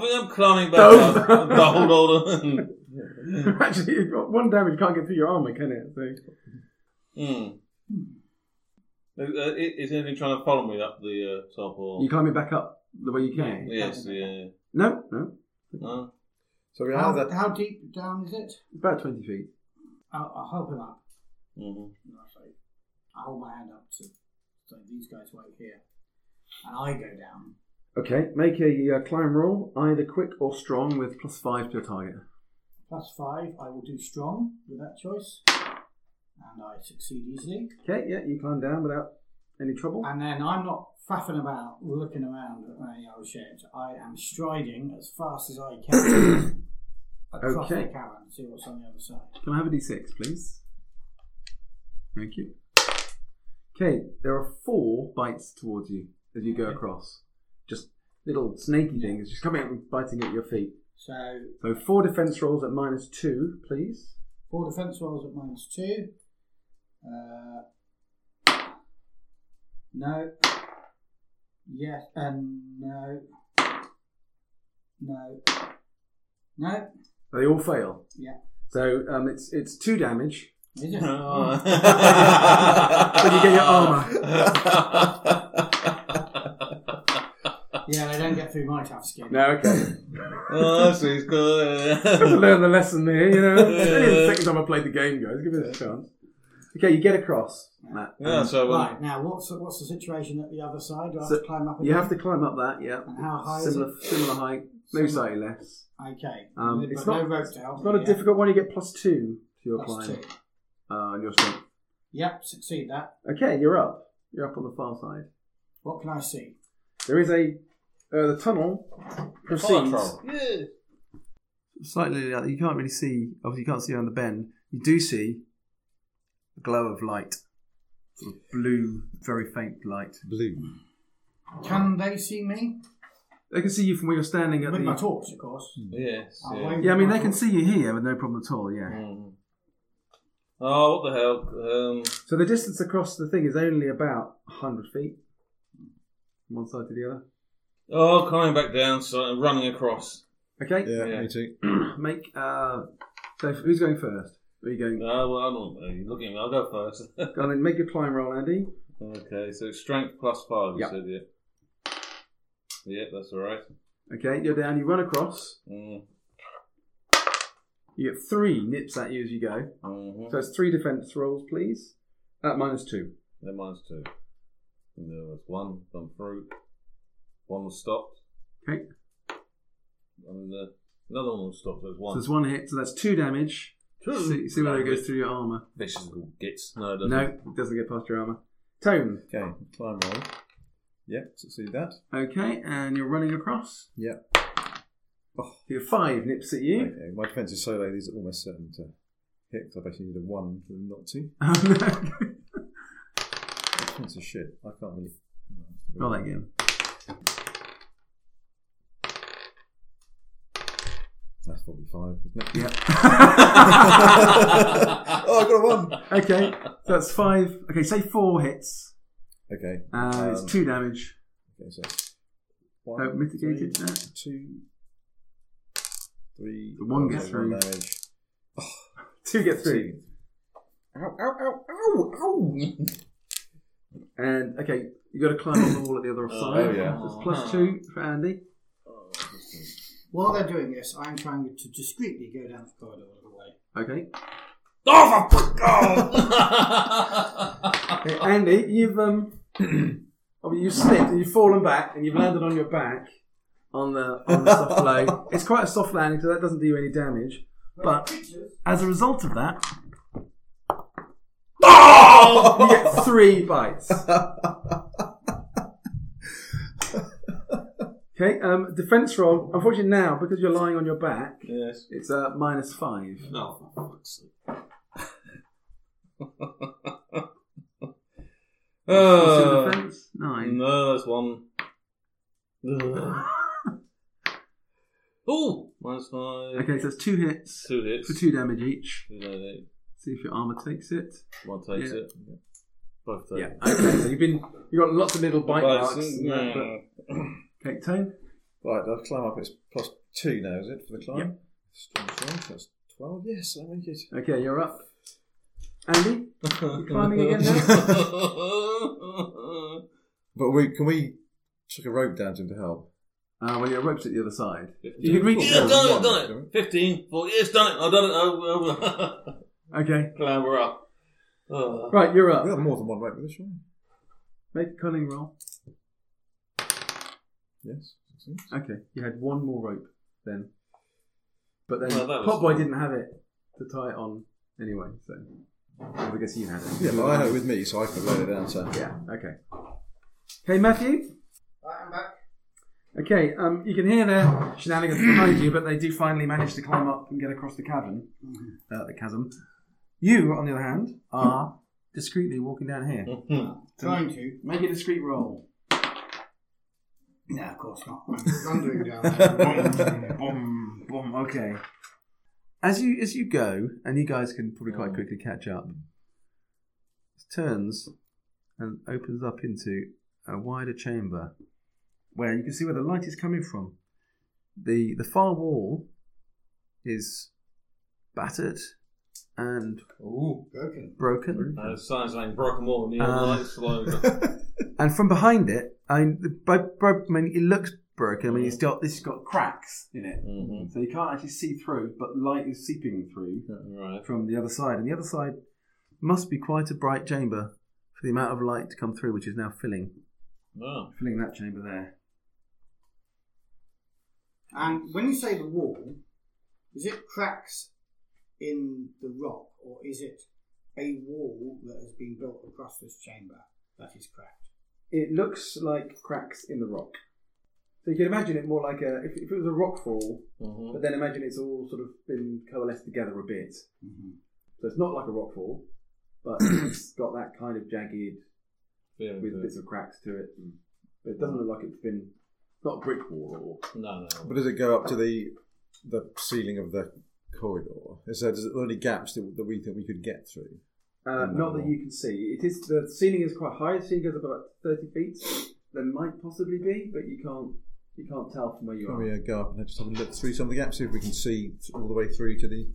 Speaker 3: think I'm climbing back
Speaker 4: Dove.
Speaker 3: up. The hold on.
Speaker 4: Actually, you've got one damage can't get through your armor, can it? So,
Speaker 3: Hmm. Uh, uh, i- Is anything trying to follow me up the uh, top or?
Speaker 4: you climbing back up the way you came?
Speaker 3: Yes, yeah.
Speaker 4: No, no.
Speaker 3: No?
Speaker 6: So we have
Speaker 5: How,
Speaker 6: that.
Speaker 5: how deep down is it?
Speaker 4: About 20 feet.
Speaker 5: I'll, I'll help him up.
Speaker 4: Mm-hmm.
Speaker 7: Mhm.
Speaker 5: And I say, I hold my hand up to say these guys wait here, and I go down.
Speaker 4: Okay, make a uh, climb roll, either quick or strong, with plus five to a target.
Speaker 5: Plus five, I will do strong with that choice, and I succeed easily.
Speaker 4: Okay, yeah, you climb down without any trouble.
Speaker 5: And then I'm not faffing about, looking around at any other shapes. I am striding as fast as I can across
Speaker 4: Okay.
Speaker 5: the cavern to see what's on the other side.
Speaker 4: Can I have a d6, please? Thank you. Okay, there are four bites towards you as you go across. Just little snaky things just coming up and biting at your feet.
Speaker 5: So
Speaker 4: So four defense rolls at minus two, please.
Speaker 5: four defense rolls at minus two. Uh, no. Yes and no. No. No.
Speaker 4: They all fail.
Speaker 5: Yeah.
Speaker 4: So um, it's it's two damage.
Speaker 5: Is it? Hmm.
Speaker 4: But you get your armor.
Speaker 5: Yeah, they don't get through my tough skin.
Speaker 4: No, okay.
Speaker 7: Oh, so he's
Speaker 4: I've
Speaker 7: good.
Speaker 4: learned the lesson there, you know. It's only the second time I played the game, guys. Give it a chance. Okay, you get across, Matt.
Speaker 7: yeah, so
Speaker 3: um,
Speaker 7: well,
Speaker 5: Right now, what's what's the situation at the other side? Do I have
Speaker 4: So
Speaker 5: to climb up?
Speaker 4: You have to climb up that, yeah.
Speaker 5: And how high is
Speaker 4: similar, Similar height, maybe slightly less.
Speaker 5: Okay.
Speaker 4: Um,
Speaker 5: But
Speaker 4: it's
Speaker 5: no
Speaker 4: not-
Speaker 5: rope to help
Speaker 4: It's
Speaker 5: me,
Speaker 4: not a
Speaker 5: yeah?
Speaker 4: difficult one. You get plus two to your
Speaker 5: Plus
Speaker 4: climb
Speaker 5: two.
Speaker 4: uh, on your strength.
Speaker 5: Yep, succeed that.
Speaker 4: Okay, you're up. You're up on the far side.
Speaker 5: What can I see?
Speaker 4: There is a uh, the tunnel proceeds slightly. uh, You can't really see. Obviously, you can't see around the bend. You do see a glow of light, sort of blue, very faint light.
Speaker 6: Blue.
Speaker 5: Can they see me?
Speaker 4: They can see you from where you're standing at
Speaker 5: With
Speaker 4: the. Hmm.
Speaker 5: my torch, of course.
Speaker 3: Yes.
Speaker 5: I'll
Speaker 3: yeah.
Speaker 5: wave
Speaker 4: yeah, I mean
Speaker 5: my
Speaker 4: they can
Speaker 5: torch.
Speaker 4: see you here with no problem at all. Yeah.
Speaker 3: Mm. Oh, what the hell? Um,
Speaker 4: So the distance across the thing is only about hundred feet from one side to the other.
Speaker 3: oh, climbing back down, so running across.
Speaker 4: Okay.
Speaker 6: Yeah,
Speaker 3: Yeah.
Speaker 6: me too.
Speaker 4: Make. Uh, so who's going first? Where are you going?
Speaker 3: No, Uh, well, I'm not. Are you looking at me? I'll go first.
Speaker 4: Go on then, make your climb roll, Andy.
Speaker 3: okay, so strength plus five, you
Speaker 4: Yeah.
Speaker 3: said, yeah. Yeah, that's alright.
Speaker 4: Okay, you're down. You run across.
Speaker 3: Mm.
Speaker 4: You get three nips at you as you go.
Speaker 3: hmm
Speaker 4: So it's three defense rolls, please. At minus two.
Speaker 3: Then mine's two. And there was one, gone through. One was stopped.
Speaker 4: Okay.
Speaker 3: And uh, another one was stopped. There's
Speaker 4: So
Speaker 3: one.
Speaker 4: it's one hit. So that's two damage. See, see whether it goes through your armor.
Speaker 3: Vicious little gits. No, it doesn't.
Speaker 4: No, it doesn't get past your armor. Tone.
Speaker 6: Okay, climb roll. Yep, succeed that.
Speaker 4: Okay, and you're running across.
Speaker 6: Yep. Oh,
Speaker 4: You get five nips at you.
Speaker 6: okay. My defense is so low, these are almost certain to hit, 'cause I basically need a one for them not to.
Speaker 4: Oh, no.
Speaker 6: My defense is shit. I can't really.
Speaker 4: Roll that again.
Speaker 6: That's probably five, isn't it?
Speaker 4: Yep.
Speaker 6: oh, I got a one!
Speaker 4: Okay, so that's five. Okay, say four hits.
Speaker 6: Okay.
Speaker 4: And it's
Speaker 6: um,
Speaker 4: two damage.
Speaker 6: Okay, so.
Speaker 4: Oh, mitigated
Speaker 6: three,
Speaker 4: that.
Speaker 6: Two. Three.
Speaker 4: The one
Speaker 6: oh,
Speaker 4: gets
Speaker 6: so
Speaker 4: through.
Speaker 6: damage.
Speaker 4: Two get through.
Speaker 6: Two.
Speaker 7: Ow, ow, ow, ow, ow.
Speaker 4: And okay, you got to climb up the wall at the other side.
Speaker 6: yeah.
Speaker 4: That's plus two for Andy.
Speaker 5: While they're doing this, I'm trying to discreetly go down the corridor all the way.
Speaker 4: Okay.
Speaker 7: Oh, for fuck! Oh!
Speaker 4: Hey, Andy, you've um, I mean, you've slipped and you've fallen back and you've landed on your back on the on the soft low. It's quite a soft landing, so that doesn't do you any damage. But as a result of that,
Speaker 3: Oh!
Speaker 4: you get three bites. Okay, um, defense roll. Unfortunately, now because you're lying on your back,
Speaker 3: Yes.
Speaker 4: it's uh, minus five.
Speaker 3: No, for fuck's sake.
Speaker 4: What's your
Speaker 3: Uh,
Speaker 4: defense? Nine.
Speaker 3: no, that's one. oh, minus five.
Speaker 4: Okay, so it's two hits
Speaker 3: Two hits.
Speaker 4: for two damage each.
Speaker 3: Two damage.
Speaker 4: See if your armor takes it.
Speaker 3: One takes
Speaker 4: Yeah.
Speaker 3: it. Both take it.
Speaker 4: Okay, so you've been you've got lots of little bite
Speaker 3: But
Speaker 4: marks.
Speaker 3: it's-
Speaker 4: and that,
Speaker 3: yeah.
Speaker 4: but- Okay, Tone.
Speaker 6: Right, I'll climb up. It's plus two now, is it, for the climb?
Speaker 4: Yep.
Speaker 6: Strong, strong, so that's 12. Yes, I make it.
Speaker 4: Okay, you're up. Andy, you climbing again now.
Speaker 6: But we, can we chuck a rope down to him to help?
Speaker 4: Uh, well, your rope's at the other side. You can reach.
Speaker 3: Yeah, I've
Speaker 4: down.
Speaker 3: done it, I've done it. 15, 40, yes, done it, I've done it. I've,
Speaker 4: Okay.
Speaker 3: Clamber up. Oh.
Speaker 4: Right, you're
Speaker 6: We
Speaker 4: up.
Speaker 6: have more than one rate with this, shall we?
Speaker 4: Make a cunning roll.
Speaker 6: Yes. succeeds.
Speaker 4: Okay, you had one more rope then. But then
Speaker 3: Well, that was
Speaker 4: Potboy
Speaker 3: fun.
Speaker 4: didn't have it to tie it on anyway, so I guess you had it.
Speaker 6: Yeah, but I had it with me, so I could load it down. So
Speaker 4: Yeah, okay. Okay, Matthew?
Speaker 5: Right, I'm back.
Speaker 4: Okay, um, you can hear their shenanigans behind you, but they do finally manage to climb up and get across the cavern, uh, the chasm. You, on the other hand, are discreetly walking down here.
Speaker 5: Trying to.
Speaker 4: Make a discreet roll.
Speaker 5: No, of course not. I'm thundering down there.
Speaker 4: Boom, boom. Okay. As you as you go, and you guys can probably quite quickly catch up. It turns and opens up into a wider chamber, where you can see where the light is coming from. the The far wall is battered and
Speaker 3: Ooh.
Speaker 5: Broken.
Speaker 4: broken,
Speaker 3: That sounds Uh, like Brockmore neon
Speaker 4: Uh.
Speaker 3: lights logo.
Speaker 4: and from behind it, I mean, the- bro- bro- I mean, it looks broken. I mean, it's got this has got cracks in it,
Speaker 3: Mhm.
Speaker 4: so you can't actually see through, but light is seeping through.
Speaker 3: Right.
Speaker 4: from the other side, and the other side must be quite a bright chamber for the amount of light to come through, which is now filling
Speaker 3: Wow.
Speaker 4: filling that chamber there.
Speaker 5: And when you say the wall, is it cracks in the rock, or is it a wall that has been built across this chamber that is cracked?
Speaker 4: It looks like cracks in the rock, so you can imagine it more like a if, if it was a rock fall,
Speaker 3: Mhm.
Speaker 4: but then imagine it's all sort of been coalesced together a bit. So it's not like a rock fall, but it's got that kind of jagged
Speaker 3: Yeah,
Speaker 4: with bits of cracks to it. And, but it doesn't look like it's been it's not a brick wall or
Speaker 3: no, no.
Speaker 6: But does it go up to the the ceiling of the corridor? Is there, is there any gaps that, that we think we could get through?
Speaker 4: Uh,
Speaker 6: No.
Speaker 4: not that you can see. It is the ceiling is quite high. The ceiling goes up about thirty feet. There might possibly be, but you can't you can't tell from where you
Speaker 6: Can
Speaker 4: are.
Speaker 6: we uh, go up and just have a look through some of the gaps, see if we can see th- all the way through to the,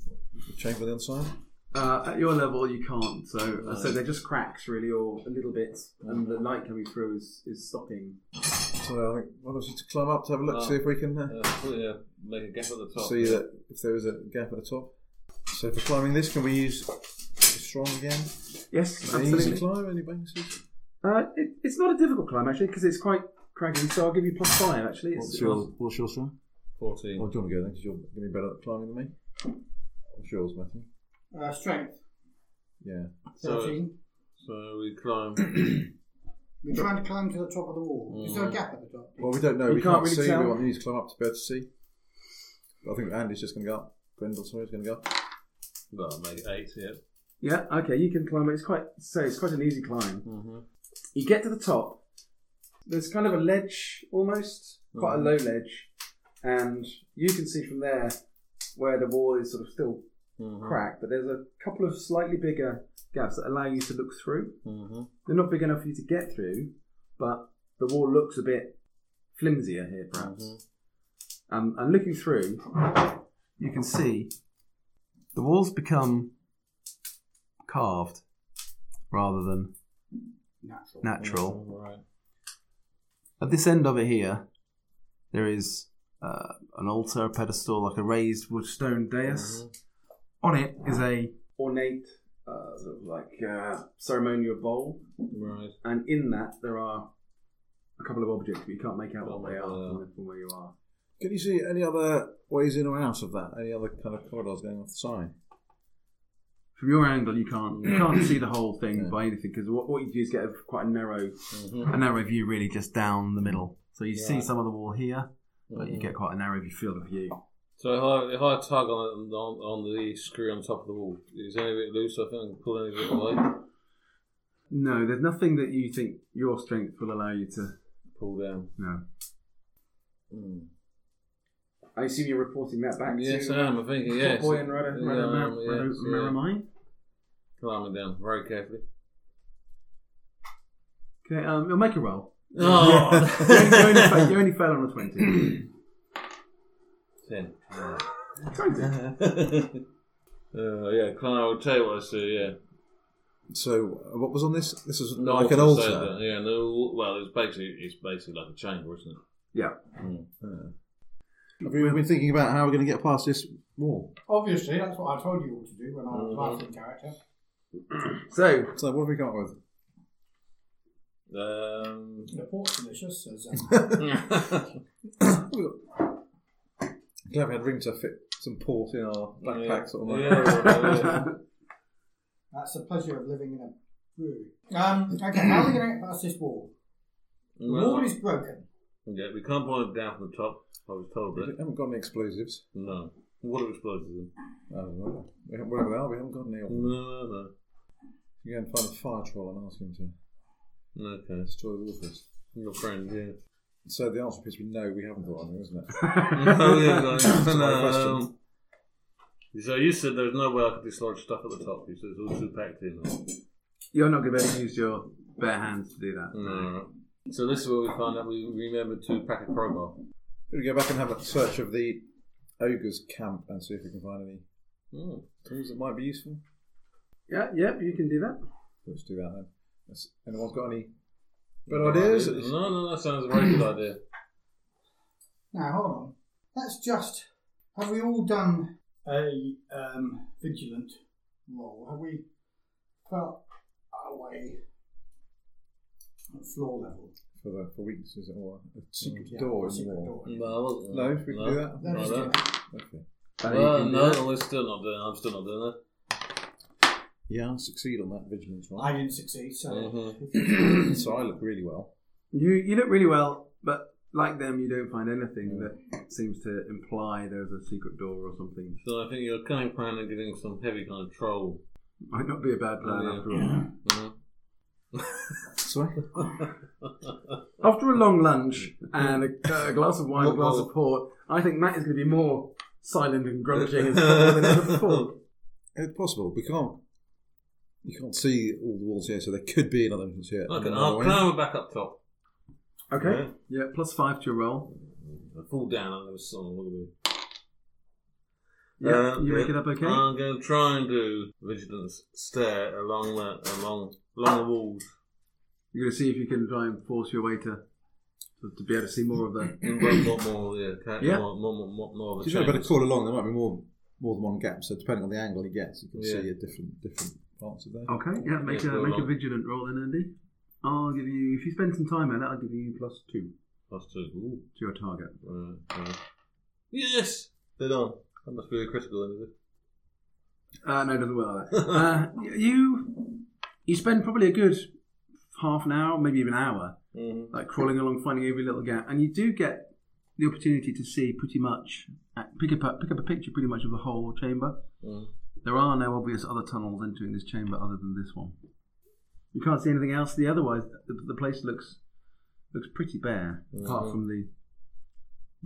Speaker 6: the chamber on the other side?
Speaker 4: Uh, at your level, you can't. So uh, so they're just cracks, really, or a little bit, and the light coming through is is stopping.
Speaker 6: So I think well, obviously to climb up to have a look, see if we can uh,
Speaker 3: Uh, put- yeah, make a gap at
Speaker 4: Uh,
Speaker 3: the top.
Speaker 6: see that if there is a gap at the top. So for climbing this, can we use strong again?
Speaker 4: Yes,
Speaker 6: Is it an easy
Speaker 4: absolutely.
Speaker 6: climb? Any bonuses?
Speaker 4: Uh, it, it's not a difficult climb actually because it's quite craggy. So I'll give you plus five actually. It's,
Speaker 6: what's your strong? Oh,
Speaker 3: fourteen.
Speaker 6: do you want to go then? Because you're going to be better at climbing than me. What's yours, Matthew?
Speaker 5: Uh, strength,
Speaker 6: Yeah.
Speaker 5: 13.
Speaker 3: So we climb.
Speaker 5: We're trying to climb to the top of the wall. Is there a gap at the top?
Speaker 6: Well, we don't know.
Speaker 4: You
Speaker 6: we
Speaker 4: can't
Speaker 6: can't,
Speaker 4: really
Speaker 6: see.
Speaker 4: tell.
Speaker 6: We want you to climb up to be able to see. I think Andy's just going to go up. Grendel, sorry, is going to go up.
Speaker 3: well, make eight. Yeah.
Speaker 4: Yeah. Okay. You can climb it. It's quite so. It's quite an easy climb. You get to the top. There's kind of a ledge almost, quite a low ledge, and you can see from there where the wall is sort of still cracked. But there's a couple of slightly bigger gaps that allow you to look through. They're not big enough for you to get through, but the wall looks a bit flimsier here, perhaps. Um, and looking through, you can see the walls become carved rather than
Speaker 5: Natural.
Speaker 3: All
Speaker 4: natural.
Speaker 3: right.
Speaker 4: At this end of it here, there is uh, an altar, a pedestal, like a raised wood stone dais. On it is a ornate, uh, sort of like uh, ceremonial bowl,
Speaker 3: Right.
Speaker 4: and in that there are a couple of objects, but you can't make out what they are
Speaker 3: Yeah.
Speaker 4: from, from where you are.
Speaker 6: Can you see any other ways in or out of that? Any other kind of corridors going off the side?
Speaker 4: From your angle, you can't you can't see the whole thing
Speaker 6: Yeah.
Speaker 4: by anything because what, what you do is get a, quite a narrow
Speaker 3: Mm-hmm.
Speaker 4: a narrow view really just down the middle. So you see some of the wall here, but
Speaker 3: Mm-hmm.
Speaker 4: you get quite a narrow field of view.
Speaker 3: So if I, if I tug on, on on the screw on top of the wall, is any of it loose? I think I can pull any of it away.
Speaker 4: No, there's nothing that you think your strength will allow you to.
Speaker 3: Pull down.
Speaker 4: No. I assume you're reporting that back
Speaker 3: Yes,
Speaker 4: to
Speaker 3: I am. I'm thinking. Yes.
Speaker 4: Boy and Rada,
Speaker 3: Yeah,
Speaker 4: Rada, Mar-
Speaker 3: um, yes,
Speaker 4: Rada-
Speaker 3: yeah.
Speaker 4: Maramai?
Speaker 3: Climbing down very carefully.
Speaker 4: Okay, um, you'll make a roll.
Speaker 3: Oh,
Speaker 4: You only, you only fa- you only fail on a twenty.
Speaker 3: ten.
Speaker 4: Twenty.
Speaker 3: Uh, yeah, climb. I'll tell you what I see. Yeah.
Speaker 6: So, uh, what was on this? This is
Speaker 3: No,
Speaker 6: like
Speaker 3: I said
Speaker 6: an altar.
Speaker 3: that, Yeah, no, well, it's basically it's basically like a chamber, isn't it?
Speaker 4: Yeah.
Speaker 6: Yeah. Have you been thinking about how we're going to get past this wall?
Speaker 5: Obviously, that's what I told you all to do when I was last in character.
Speaker 4: So,
Speaker 6: So, what have we come up with?
Speaker 3: Um,
Speaker 5: The port's delicious, says um,
Speaker 6: We've got- Glad we had room to fit some port in our backpack,
Speaker 3: yeah.
Speaker 6: sort of. like-
Speaker 3: Yeah, yeah, yeah.
Speaker 5: That's the pleasure of living in a brewery. Um, okay, how are we going to get past this wall? The wall
Speaker 3: Well,
Speaker 5: is broken.
Speaker 3: yeah, we can't pull it down from the top. I was told
Speaker 6: We
Speaker 3: that.
Speaker 6: haven't got any explosives.
Speaker 3: No. What are explosives?
Speaker 6: Oh, well, we haven't, whatever they are, we haven't got any.
Speaker 3: No, no,
Speaker 6: You go and find a fire troll and ask him to
Speaker 3: no. Okay.
Speaker 6: destroy the wall first.
Speaker 3: Your friend, yeah.
Speaker 6: So the answer appears to be no, we haven't got anything, isn't it?
Speaker 3: oh, yeah, guys.
Speaker 6: That's my
Speaker 3: Um, so you said there's no way I could dislodge stuff at the top. You said it's all too packed in.
Speaker 4: you're not going to be able to use your bare hands to do that.
Speaker 3: No. So this is where we find out we remember to pack a crowbar.
Speaker 6: We're going to go back and have a search of the ogre's camp and see if we can find any
Speaker 4: Hmm.
Speaker 6: tools that might be useful.
Speaker 4: Yeah, yep, you can do that.
Speaker 6: Let's do that then. Has anyone's got any better ideas?
Speaker 3: No, no, that sounds a very good idea.
Speaker 5: Now, hold on. Let's just. Have we all done a um, vigilant roll? Have we felt our way at floor level?
Speaker 6: For, the, for weaknesses or a secret
Speaker 5: Yeah,
Speaker 6: door in the
Speaker 5: secret
Speaker 6: wall.
Speaker 5: door.
Speaker 3: No,
Speaker 6: No, if we can do that.
Speaker 5: Let's do
Speaker 3: no.
Speaker 5: it.
Speaker 6: Okay.
Speaker 4: So you
Speaker 3: Well,
Speaker 4: can do
Speaker 3: no,
Speaker 4: that.
Speaker 3: we're still not doing. I'm still not doing that.
Speaker 6: Yeah, I'll succeed on that vigilance
Speaker 5: I
Speaker 6: one.
Speaker 5: didn't succeed, so.
Speaker 3: Mm-hmm.
Speaker 6: so I look really well.
Speaker 4: You you look really well, but like them, you don't find anything that seems to imply there's a secret door or something.
Speaker 3: So I think you're kind of planning on getting some heavy kind of troll. Mm-hmm.
Speaker 4: Might not be a bad plan
Speaker 3: Oh, Yeah.
Speaker 4: after all.
Speaker 3: Yeah.
Speaker 6: Sorry?
Speaker 4: After a long lunch and a, a glass of wine, a glass of port, I think Matt is going to be more silent and grunting and stuff than ever before.
Speaker 6: It's possible. We can't. You can't see all the walls here, so there could be another entrance here.
Speaker 3: Okay,
Speaker 6: Another
Speaker 3: I'll
Speaker 6: way.
Speaker 3: climb back up top.
Speaker 4: Okay. Yeah. plus five to your roll.
Speaker 3: I fall down on the song. Look at me.
Speaker 4: Yeah,
Speaker 3: Uh,
Speaker 4: you make
Speaker 3: yeah.
Speaker 4: it up okay.
Speaker 3: I'm going to try and do vigilance stare along the along along the walls.
Speaker 4: You're going to see if you can try and force your way to to, to be able to see more of the.
Speaker 3: And More, more, more, yeah, ca-
Speaker 4: Yeah.
Speaker 3: more, more, more, more, more of a
Speaker 6: Just have a bit
Speaker 3: change.
Speaker 6: of call along. There might be more more than one gap. So depending on the angle he gets, you can
Speaker 3: Yeah.
Speaker 6: see a different different parts of there.
Speaker 4: Okay. Yeah. Make
Speaker 3: Yeah,
Speaker 4: a
Speaker 3: roll
Speaker 4: make a
Speaker 3: on.
Speaker 4: vigilant roll then, Andy. I'll give you if you spend some time on it. I'll give you plus two
Speaker 3: Plus two.
Speaker 4: to your target.
Speaker 3: Ooh. Uh, uh. Yes, dead on. That must be a critical, isn't it?
Speaker 4: Uh, no, it doesn't work like that. uh, you you spend probably a good half an hour, maybe even an hour,
Speaker 5: Mm-hmm.
Speaker 4: like crawling along, finding every little gap, and you do get the opportunity to see pretty much uh, pick up a, pick up a picture pretty much of the whole chamber. There are no obvious other tunnels entering this chamber other than this one. You can't see anything else. The otherwise, the, the place looks looks pretty bare, apart from the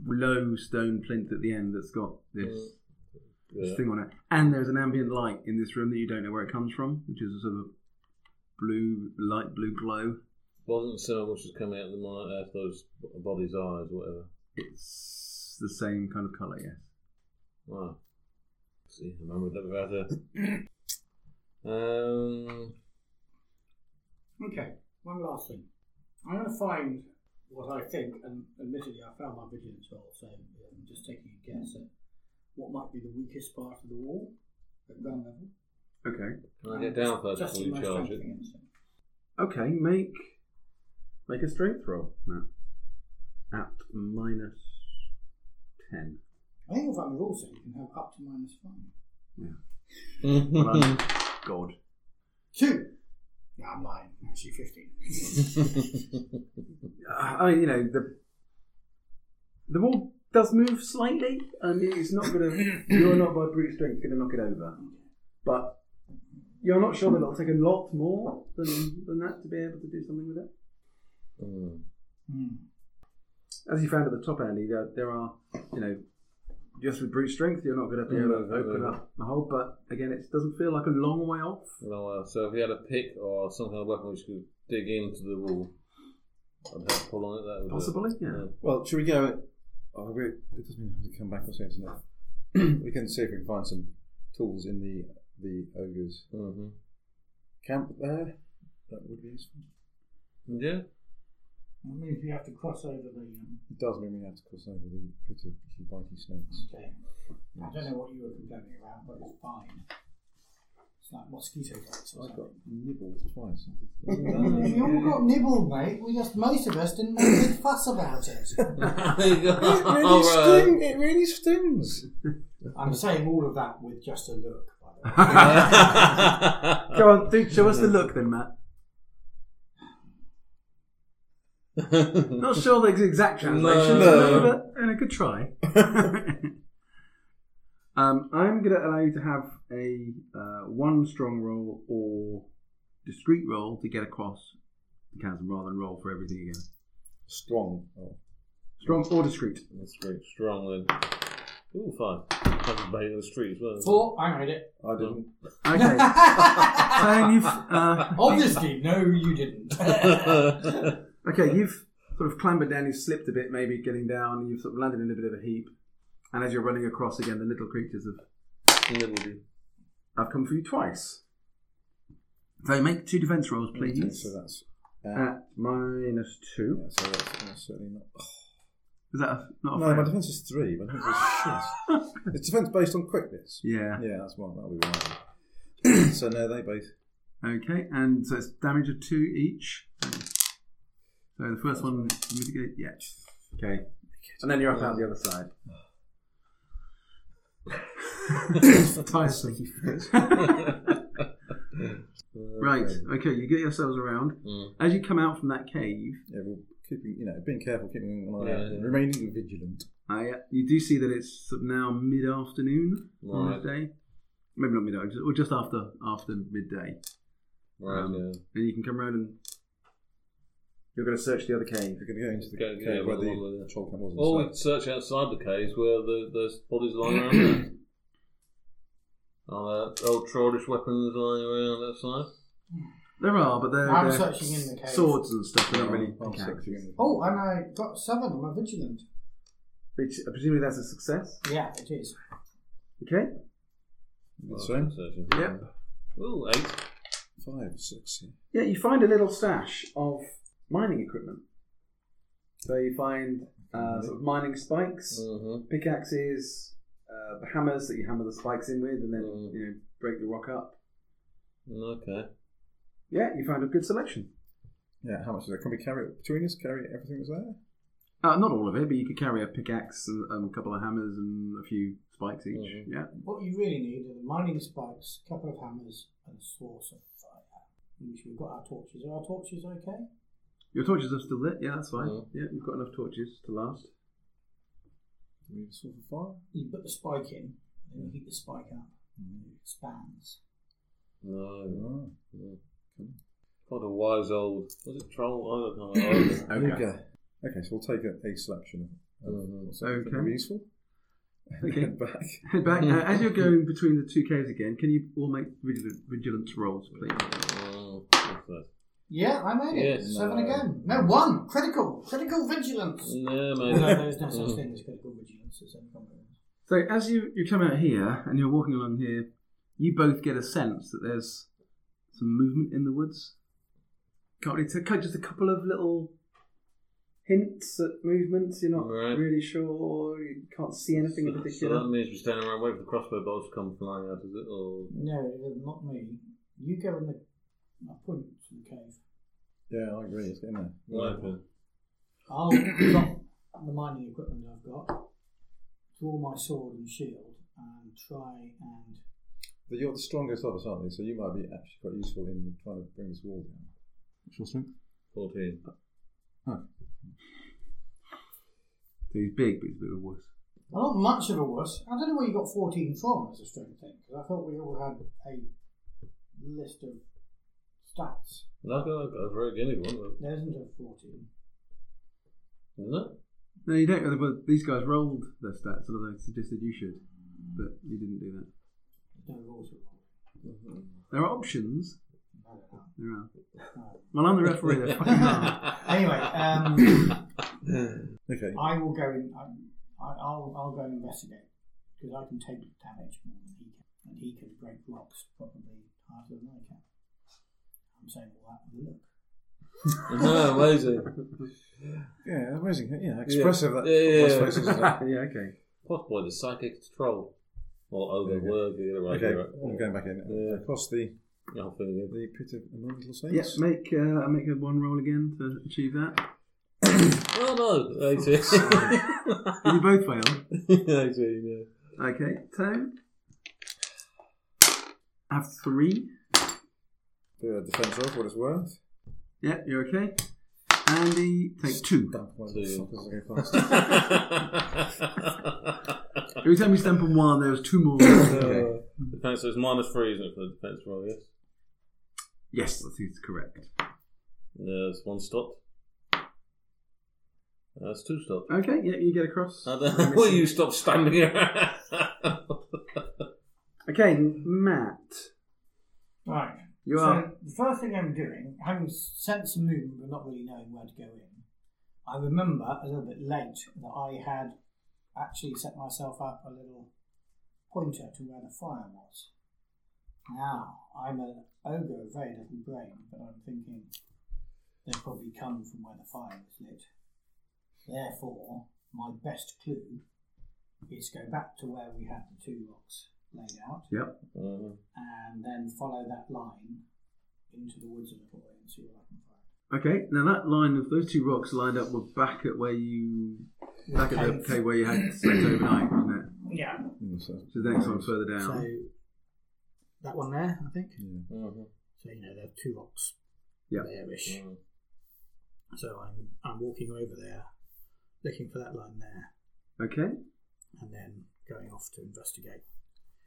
Speaker 4: low stone plinth at the end that's got this this thing on it. And there's an ambient light in this room that you don't know where it comes from, which is a sort of blue, light blue glow.
Speaker 3: Wasn't so much as coming out of the monitor, uh, those body's eyes, whatever.
Speaker 4: It's the same kind of colour, yes.
Speaker 3: Wow. See, I remember that better. um,
Speaker 5: Okay, one last thing. I'm going to find what I think, and admittedly, I found my vigilance roll, so I'm just taking a guess at what might be the weakest part of the wall at ground level. Um,
Speaker 4: Okay.
Speaker 3: can I get down first
Speaker 5: Just
Speaker 3: before
Speaker 5: in
Speaker 3: you
Speaker 5: my
Speaker 3: charge
Speaker 5: strength
Speaker 3: it?
Speaker 5: against it.
Speaker 4: Okay, make make a strength roll, Matt. At minus ten.
Speaker 5: I think if I'm rule set, you can have up to minus five.
Speaker 4: Well, I'm God.
Speaker 5: Two! No, I'm lying. Actually, 15.
Speaker 4: Uh, I mean, you know, the the wall does move slightly, and it's not going to. You're not by brute strength going to knock it over, but you're not sure that it'll take a lot more than than that to be able to do something with it.
Speaker 3: Mm.
Speaker 5: Hmm.
Speaker 4: As you found at the top, Andy, there, there are you know. Just with brute strength, you're not going to be able to
Speaker 3: Mm,
Speaker 4: open
Speaker 3: mm.
Speaker 4: up the hole. But again, it doesn't feel like a long way off.
Speaker 3: Well, uh, so if you had a pick or some kind of weapon which could dig into the wall, I'd have to pull on it. That would
Speaker 4: Possibly, yeah.
Speaker 6: Well, should we go? Oh, we, it doesn't mean have to come back or something. No. we can see if we can find some tools in the the ogre's
Speaker 3: Mm-hmm.
Speaker 6: camp there. That would be useful.
Speaker 3: Mm-hmm. Yeah.
Speaker 5: That means you have to cross over the. Um,
Speaker 6: It does mean we have to cross over the pit of the bitey snakes.
Speaker 5: okay. I don't know what you were complaining about, but it's fine. It's like mosquito bites or
Speaker 6: I got
Speaker 5: something.
Speaker 6: nibbled twice.
Speaker 5: We all got nibbled, mate. We just most of us didn't make a big fuss about it.
Speaker 3: Alright.
Speaker 6: It really stings.
Speaker 5: I'm saying all of that with just a look. By the way.
Speaker 4: Go on, think, show us the look then, Matt. Not sure the exact translation,
Speaker 3: No.
Speaker 4: but uh, a good try. um, I'm going to allow you to have a uh, one strong roll or discreet roll to get across the chasm rather than roll for everything again.
Speaker 6: Strong. Oh,
Speaker 4: Strong or discreet.
Speaker 3: That's great. Strong then. Ooh, fine. Fucking bait in the street as well.
Speaker 5: Four, Oh, I made it.
Speaker 6: I didn't.
Speaker 4: Okay. so you've uh,
Speaker 5: Obviously, no, you didn't.
Speaker 4: Okay, you've sort of clambered down, you've slipped a bit, maybe getting down, you've sort of landed in a bit of a heap. And as you're running across again, the little creatures have, have come for you twice. So make two defense rolls, please.
Speaker 6: Okay, so that's. Uh,
Speaker 4: At minus two.
Speaker 6: yeah, so that's that's certainly not. Oh,
Speaker 4: Is that a, not a
Speaker 6: no,
Speaker 4: fail?
Speaker 6: my defense is three. My defense is shit. It's defense based on quickness.
Speaker 4: Yeah.
Speaker 6: Yeah, that's one. That'll be one. so no, they both.
Speaker 4: Okay, and so it's damage of two each. So the first one, mitigate, yeah. Okay. And then you're up out the other side. Tiresome.
Speaker 3: Uh,
Speaker 4: right, okay, you get yourselves around. As you come out from that cave,
Speaker 6: Yeah, well, keeping you know, being careful, keeping an eye
Speaker 3: Yeah,
Speaker 6: out,
Speaker 3: yeah.
Speaker 6: and remaining vigilant.
Speaker 4: I, uh, you do see that it's sort of now mid afternoon on
Speaker 3: Right.
Speaker 4: this day. Maybe not mid afternoon, or just after after midday.
Speaker 3: Right,
Speaker 4: Um,
Speaker 3: yeah.
Speaker 4: And you can come around and you're going to search the other cave.
Speaker 6: You're going to go into the
Speaker 3: Go- yeah,
Speaker 6: cave where
Speaker 3: well, well,
Speaker 6: the
Speaker 3: yeah. Oh,
Speaker 6: troll camp was.
Speaker 3: Or
Speaker 6: and
Speaker 3: we search outside the caves where the, there's bodies lying around there. Are there old trollish weapons lying around outside?
Speaker 4: There are, but they're,
Speaker 5: I'm
Speaker 4: they're
Speaker 5: searching in the cave.
Speaker 4: swords and stuff. They're not really
Speaker 6: Oh,
Speaker 4: pickaxes.
Speaker 6: sexy, isn't it?
Speaker 5: oh, and I got seven. I'm a vigilant.
Speaker 4: Which uh, presumably that's a success.
Speaker 5: Yeah, it is.
Speaker 4: Okay.
Speaker 6: That's
Speaker 3: Oh,
Speaker 6: right.
Speaker 3: searching.
Speaker 4: Yep.
Speaker 3: Ooh, eight.
Speaker 6: Five, six. yeah.
Speaker 4: Yeah, you find a little stash of mining equipment. So you find uh, sort of mining Mm. spikes,
Speaker 3: Mm-hmm.
Speaker 4: pickaxes, uh, hammers that you hammer the spikes in with, and then
Speaker 3: Mm.
Speaker 4: you know break the rock up.
Speaker 3: Okay.
Speaker 4: Yeah, you find a good selection.
Speaker 6: Yeah, how much is that? Can we carry it between us? Carry everything that's there?
Speaker 4: Uh, not all of it, but you could carry a pickaxe and, and a couple of hammers and a few spikes each.
Speaker 6: Mm-hmm.
Speaker 4: Yeah.
Speaker 5: What you really need are the mining spikes, a couple of hammers, and a source of fire. Which we've got our torches. Are our torches okay?
Speaker 4: Your torches are still lit. Yeah, that's fine.
Speaker 6: Mm-hmm.
Speaker 3: Mm.
Speaker 4: Yeah, you've got enough torches to last.
Speaker 6: Do we need a sort of fire?
Speaker 5: You put the spike in, and then you heat the spike up, and it expands.
Speaker 3: No.
Speaker 6: Oh,
Speaker 3: What a wise old. Was it troll? I don't know.
Speaker 6: okay. okay. so we'll take a, a selection. of- of
Speaker 3: Mhm.
Speaker 6: what's something
Speaker 4: Okay.
Speaker 6: Useful.
Speaker 4: Okay.
Speaker 6: Head back.
Speaker 4: Head back. Uh, as you're going between the two caves again, can you all make vigilant, vigilance rolls, please?
Speaker 3: Oh, what's that?
Speaker 5: Yeah, I made it.
Speaker 3: Yes.
Speaker 5: Seven again. No, one. Critical. Critical vigilance.
Speaker 3: No,
Speaker 5: no,
Speaker 3: mate.
Speaker 5: there's no such thing as critical vigilance. It's only common.
Speaker 4: So as you, you come out here and you're walking along here, you both get a sense that there's some movement in the woods. Can't really tell. Just a couple of little hints at movements. You're not
Speaker 3: Right.
Speaker 4: really sure. You can't see anything in
Speaker 3: So that
Speaker 4: particular.
Speaker 3: means we're standing around waiting for the crossbow bolts to come flying out, is it? Or
Speaker 5: No, not me. You go in the. I point to the cave.
Speaker 6: Yeah, I agree. It's getting there.
Speaker 3: Okay.
Speaker 5: I'll drop the mining equipment I've got, draw my sword and shield, and try and.
Speaker 6: But you're the strongest of us, aren't you? So you might be actually quite useful in trying to bring this wall down. What's your strength?
Speaker 3: fourteen?
Speaker 4: So he's big, but he's a bit of a wuss.
Speaker 5: I'm not much of a wuss. I don't know where you got 14 from as a strength thing, because I thought we all had a list of stats.
Speaker 3: No, I feel like a very guinea one,
Speaker 5: There isn't a 14.
Speaker 3: isn't it?
Speaker 4: No, you don't. But these guys rolled their stats, although they suggested you should, but you didn't do that.
Speaker 5: There's no rules for
Speaker 4: There are options.
Speaker 5: it.
Speaker 4: There are.
Speaker 5: No.
Speaker 4: Well, I'm the referee. They're fucking hard.
Speaker 5: Anyway, um,
Speaker 6: Okay.
Speaker 5: I will go in. I, I- I'll, I'll go and investigate because I can take damage more than he can, and he can break rocks probably harder than I can. I'm saying all that with a look.
Speaker 3: no, amazing.
Speaker 6: Yeah, amazing. Yeah, expressive.
Speaker 3: Yeah.
Speaker 6: That,
Speaker 3: Yeah, yeah,
Speaker 6: I
Speaker 3: yeah.
Speaker 6: suppose, isn't it?
Speaker 4: Yeah, okay.
Speaker 3: Possibly the psychic troll. Or ogre
Speaker 6: There you go.
Speaker 3: word, the other way.
Speaker 6: Okay,
Speaker 3: right?
Speaker 6: I'm going back in.
Speaker 3: Yeah.
Speaker 6: Across the,
Speaker 3: Yeah, I'll think again.
Speaker 6: the pit of elemental saints.
Speaker 4: Yes, make uh, make a one roll again to achieve that.
Speaker 3: Oh no, 18.
Speaker 4: Did you both fail?
Speaker 3: 18,
Speaker 4: Okay, Tone. Have three.
Speaker 6: The defense of what it's worth.
Speaker 4: Yeah, you're okay. Andy, take two.
Speaker 6: Dump one of
Speaker 3: Two.
Speaker 6: the suckers that go past.
Speaker 3: yeah.
Speaker 4: Every time you stamp on one, there's two more.
Speaker 3: Uh,
Speaker 6: Okay.
Speaker 3: Defense, so it's minus three, isn't it, for the defense roll, yes?
Speaker 4: yes, that is correct.
Speaker 3: There's one stop. That's two stop.
Speaker 4: Okay, yeah, you get across.
Speaker 3: And then will you stop standing around?
Speaker 4: Okay, Matt.
Speaker 5: Right.
Speaker 4: You
Speaker 5: so
Speaker 4: are.
Speaker 5: the first thing I'm doing, having sensed the moon but not really knowing where to go in, I remember a little bit late that I had actually set myself up a little pointer to where the fire was. Now I'm an ogre of very little brain, but I'm thinking they've probably come from where the fire was lit. Therefore, my best clue is go back to where we had the two rocks laid out
Speaker 4: Yep.
Speaker 3: Mhm.
Speaker 5: and then follow that line into the woods a little way and see what I can find.
Speaker 4: Okay, now that line of those two rocks lined up were back at where you. Back at the
Speaker 5: Cave.
Speaker 4: cave where you had slept overnight, wasn't it?
Speaker 5: Yeah.
Speaker 6: Mm, so,
Speaker 4: So the next one further
Speaker 5: So
Speaker 4: down.
Speaker 5: that one there, I think.
Speaker 6: yeah.
Speaker 3: Mhm.
Speaker 5: So you know there are two rocks
Speaker 4: Yeah.
Speaker 5: there-ish.
Speaker 3: Mhm.
Speaker 5: So I'm I'm walking over there, looking for that line there,
Speaker 4: Okay.
Speaker 5: and then going off to investigate.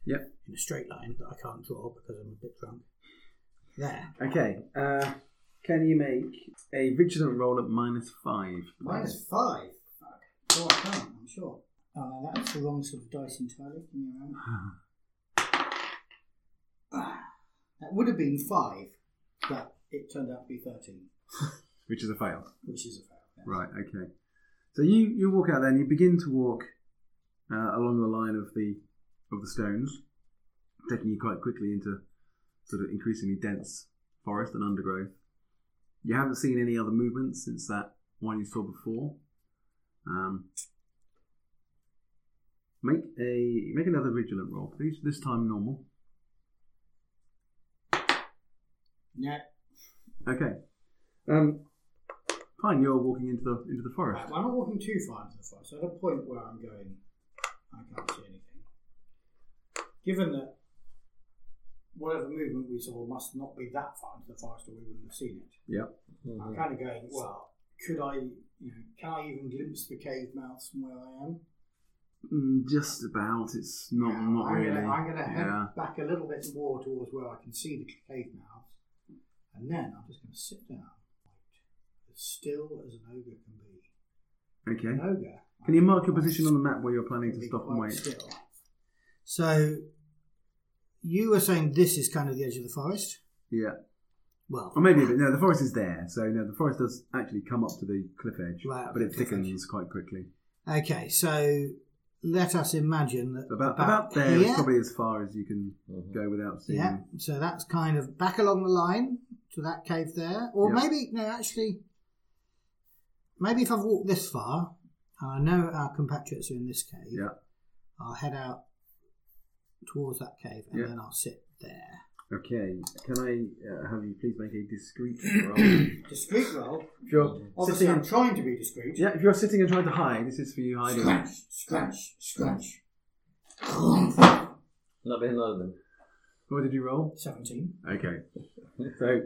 Speaker 4: Yep.
Speaker 5: In a straight line that I can't draw because I'm a bit drunk. There.
Speaker 4: Okay. Uh, can you make a vigilant roll at minus five?
Speaker 5: Minus five. Fuck. Oh, I can. I'm sure. Oh no, that's the wrong sort of dice entirely. Give me a moment. That would have been five, but it turned out to be thirteen,
Speaker 4: Which is a fail.
Speaker 5: which is a fail. yeah.
Speaker 4: Right. Okay. So you you walk out there and you begin to walk uh, along the line of the of the stones, taking you quite quickly into sort of increasingly dense forest and undergrowth. You haven't seen any other movement since that one you saw before. Um, make a make another vigilant roll, please. This time normal.
Speaker 5: Yeah.
Speaker 4: Okay. Um, fine. You're walking into the into the forest.
Speaker 5: Right, well, I'm not walking too far into the forest. So at a point where I'm going, I can't see anything. Given that whatever movement we saw must not be that far into the forest, or we wouldn't have seen it.
Speaker 4: Yep.
Speaker 5: I'm kind of going, well, could I, you know, can I even glimpse the cave mouth from where I am?
Speaker 4: Mm, just about. It's not
Speaker 5: Yeah,
Speaker 4: not
Speaker 5: I'm
Speaker 4: really.
Speaker 5: Gonna, I'm going to head
Speaker 4: yeah.
Speaker 5: back a little bit more towards where I can see the cave mouth, and then I'm just going to sit down, as still as an ogre can be. An
Speaker 4: Okay.
Speaker 5: ogre.
Speaker 4: Can you mark your position on the map where you're planning to
Speaker 5: be
Speaker 4: stop and
Speaker 5: quite
Speaker 4: wait?
Speaker 5: Still. So, you were saying this is kind of the edge of the forest.
Speaker 4: Yeah.
Speaker 5: Well,
Speaker 4: Or maybe, but no, the forest is there. So no, the forest does actually come up to the cliff edge,
Speaker 5: Right, up
Speaker 4: but
Speaker 5: to
Speaker 4: it
Speaker 5: the cliff
Speaker 4: thickens quite quickly.
Speaker 5: okay. So let us imagine that
Speaker 4: About about there is
Speaker 5: here-
Speaker 4: probably as far as you can
Speaker 3: Mhm.
Speaker 4: go without seeing.
Speaker 5: Yeah, so that's kind of back along the line to that cave there. Or
Speaker 4: Yeah.
Speaker 5: maybe, no, actually, maybe if I've walked this far, and I know our compatriots are in this cave,
Speaker 4: Yeah.
Speaker 5: I'll head out towards that cave and
Speaker 4: Yeah.
Speaker 5: then I'll sit there.
Speaker 4: Okay. Can I uh, have you please make a discreet roll? if
Speaker 5: Discreet roll.
Speaker 4: you're
Speaker 5: Obviously,
Speaker 4: sitting,
Speaker 5: I'm trying to be discreet.
Speaker 4: yeah, if you're sitting and trying to hide, this is for you hiding.
Speaker 5: Scratch, scratch, scratch.
Speaker 3: Not being London.
Speaker 4: What did you roll?
Speaker 5: 17.
Speaker 4: Okay. So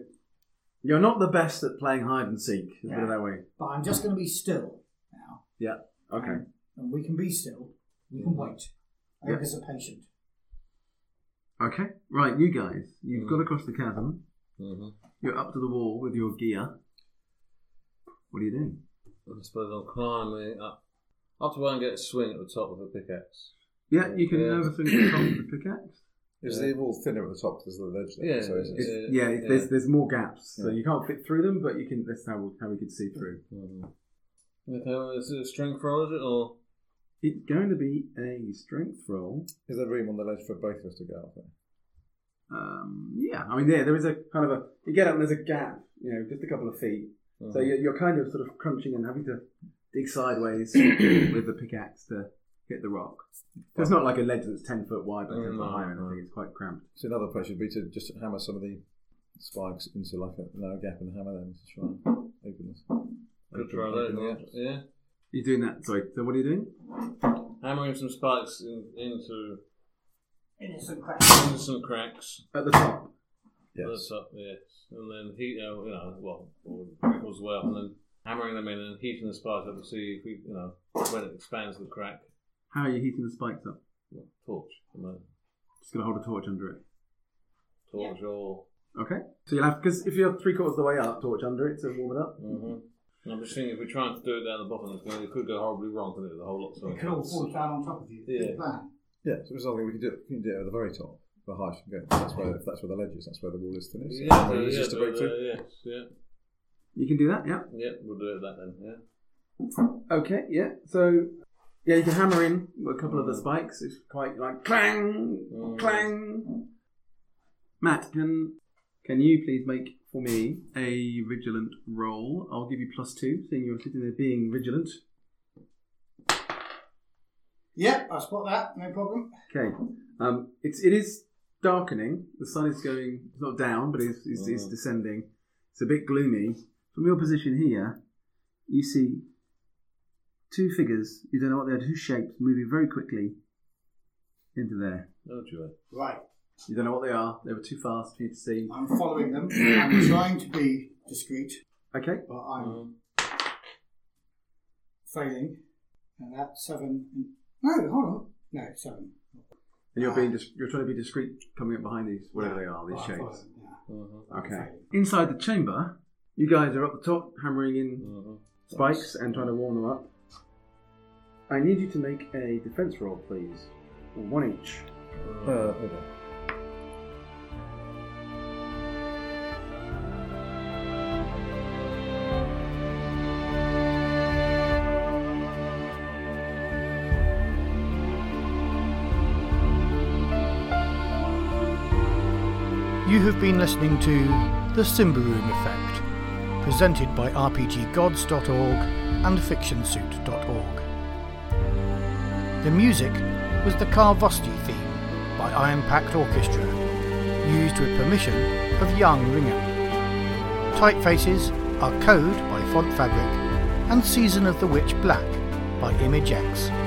Speaker 4: you're not the best at playing hide and seek. Let's Put it
Speaker 5: Yeah.
Speaker 4: that way.
Speaker 5: But I'm just going to be still now.
Speaker 4: Yeah. Okay.
Speaker 5: And we can be still. We can wait.
Speaker 4: Mm. Yeah.
Speaker 5: Ogres are patient.
Speaker 4: Okay. Right, you guys. You've got across the chasm.
Speaker 3: Mhm.
Speaker 4: You're up to the wall with your gear. What are you doing?
Speaker 3: I suppose I'm climbing up. Up to where I can get a swing at the top with a pickaxe.
Speaker 4: Yeah, you can
Speaker 3: Yeah.
Speaker 4: have a swing at the top of the pickaxe.
Speaker 6: Is the wall thinner at the top? There's the ledge there.
Speaker 3: Yeah,
Speaker 6: so it's,
Speaker 3: it's-
Speaker 4: It's,
Speaker 6: it's,
Speaker 3: Yeah,
Speaker 4: yeah, it's- there's
Speaker 3: yeah.
Speaker 4: there's more gaps, so
Speaker 6: Yeah.
Speaker 4: you can't fit through them. But you can. That's how we, how we could see through.
Speaker 3: Mhm. Okay, well, is it a strength roll, is it, or?
Speaker 4: It's going to be a strength roll.
Speaker 6: is there room on the ledge for both of us to go up there?
Speaker 4: Um, yeah, I mean, there there is a kind of a you get up and there's a gap, you know, just a couple of feet, So you're, you're kind of sort of crunching and having to dig sideways with the pickaxe to hit the rock. So it's not like a ledge that's 10 foot wide but 10 foot
Speaker 3: Mm, No,
Speaker 4: high or anything,
Speaker 3: no.
Speaker 4: it's quite cramped.
Speaker 6: So another approach would be to just hammer some of the spikes into like a narrow gap and hammer them to try and open this.
Speaker 3: Good
Speaker 6: Open-
Speaker 3: try
Speaker 6: open the
Speaker 3: that.
Speaker 6: edge.
Speaker 3: Yeah.
Speaker 4: You're doing that, sorry, so what are you doing?
Speaker 3: Hammering some spikes in, into
Speaker 5: Innocent question.
Speaker 3: into some cracks.
Speaker 4: At the top.
Speaker 3: That's up, yes. And then heat, uh, you know, well, or ripples well, and then hammering them in and heating the spark up to see if we, you know, when it expands the crack.
Speaker 4: How are you heating the spikes up?
Speaker 3: Torch, you know,
Speaker 4: Just going to hold a torch under it.
Speaker 3: torch or.
Speaker 4: Okay. So you'll have, because if you're three quarters of the way up, torch under it to warm it up.
Speaker 3: Mm-hmm. I'm just thinking if we're trying to do it down the bottom, it's going, it could go horribly wrong, couldn't it? The whole lot. So
Speaker 5: It could all fall down on top of you.
Speaker 3: Yeah.
Speaker 5: Good plan.
Speaker 6: Yeah, so there's nothing we can do. We can do it at the very top, the highest you can go. That's where, if that's where the ledge is, that's where the wall is thinnest.
Speaker 3: Yeah, yeah,
Speaker 6: Where it is
Speaker 3: yeah,
Speaker 6: just to break
Speaker 3: but,
Speaker 6: through.
Speaker 3: uh, yes, yeah,
Speaker 4: You can do that, yeah.
Speaker 3: yeah, we'll do it that then, yeah.
Speaker 4: Okay, yeah. So, yeah, you can hammer in a couple of the spikes. It's quite like clang, clang. Matt, can can you please make for me a vigilant roll? I'll give you plus two, seeing you're sitting there being vigilant.
Speaker 5: Yep, I spot that. No problem.
Speaker 4: Okay. Um, it's it is darkening. The sun is going it's not down, but it's, it's,
Speaker 5: Mm.
Speaker 4: it's descending. It's a bit gloomy. From your position here, you see two figures. You don't know what they are. Two shapes moving very quickly into there.
Speaker 3: No joy.
Speaker 5: Right.
Speaker 4: You don't know what they are. They were too fast for you to see.
Speaker 5: I'm following them. I'm trying to be discreet,
Speaker 4: Okay.
Speaker 5: but I'm failing. And that seven. No, hold on. No, seven.
Speaker 4: And you're being dis- you're trying to be discreet, coming up behind these whatever they are,
Speaker 5: Oh,
Speaker 4: these
Speaker 5: I follow
Speaker 4: shapes.
Speaker 5: them, yeah.
Speaker 4: Okay. Inside the chamber, you guys are up the top, hammering in
Speaker 3: Mm-hmm.
Speaker 4: spikes and trying to warm them up. I need you to make a defense roll, please. One each.
Speaker 6: Uh, okay.
Speaker 1: You have been listening to The Simba Room Effect, presented by RPGgods.org and FictionSuit.org. The music was the Carvosti theme by Iron Pact Orchestra, used with permission of Jan Ringer. Typefaces are Code by Font Fabric and Season of the Witch Black by ImageX.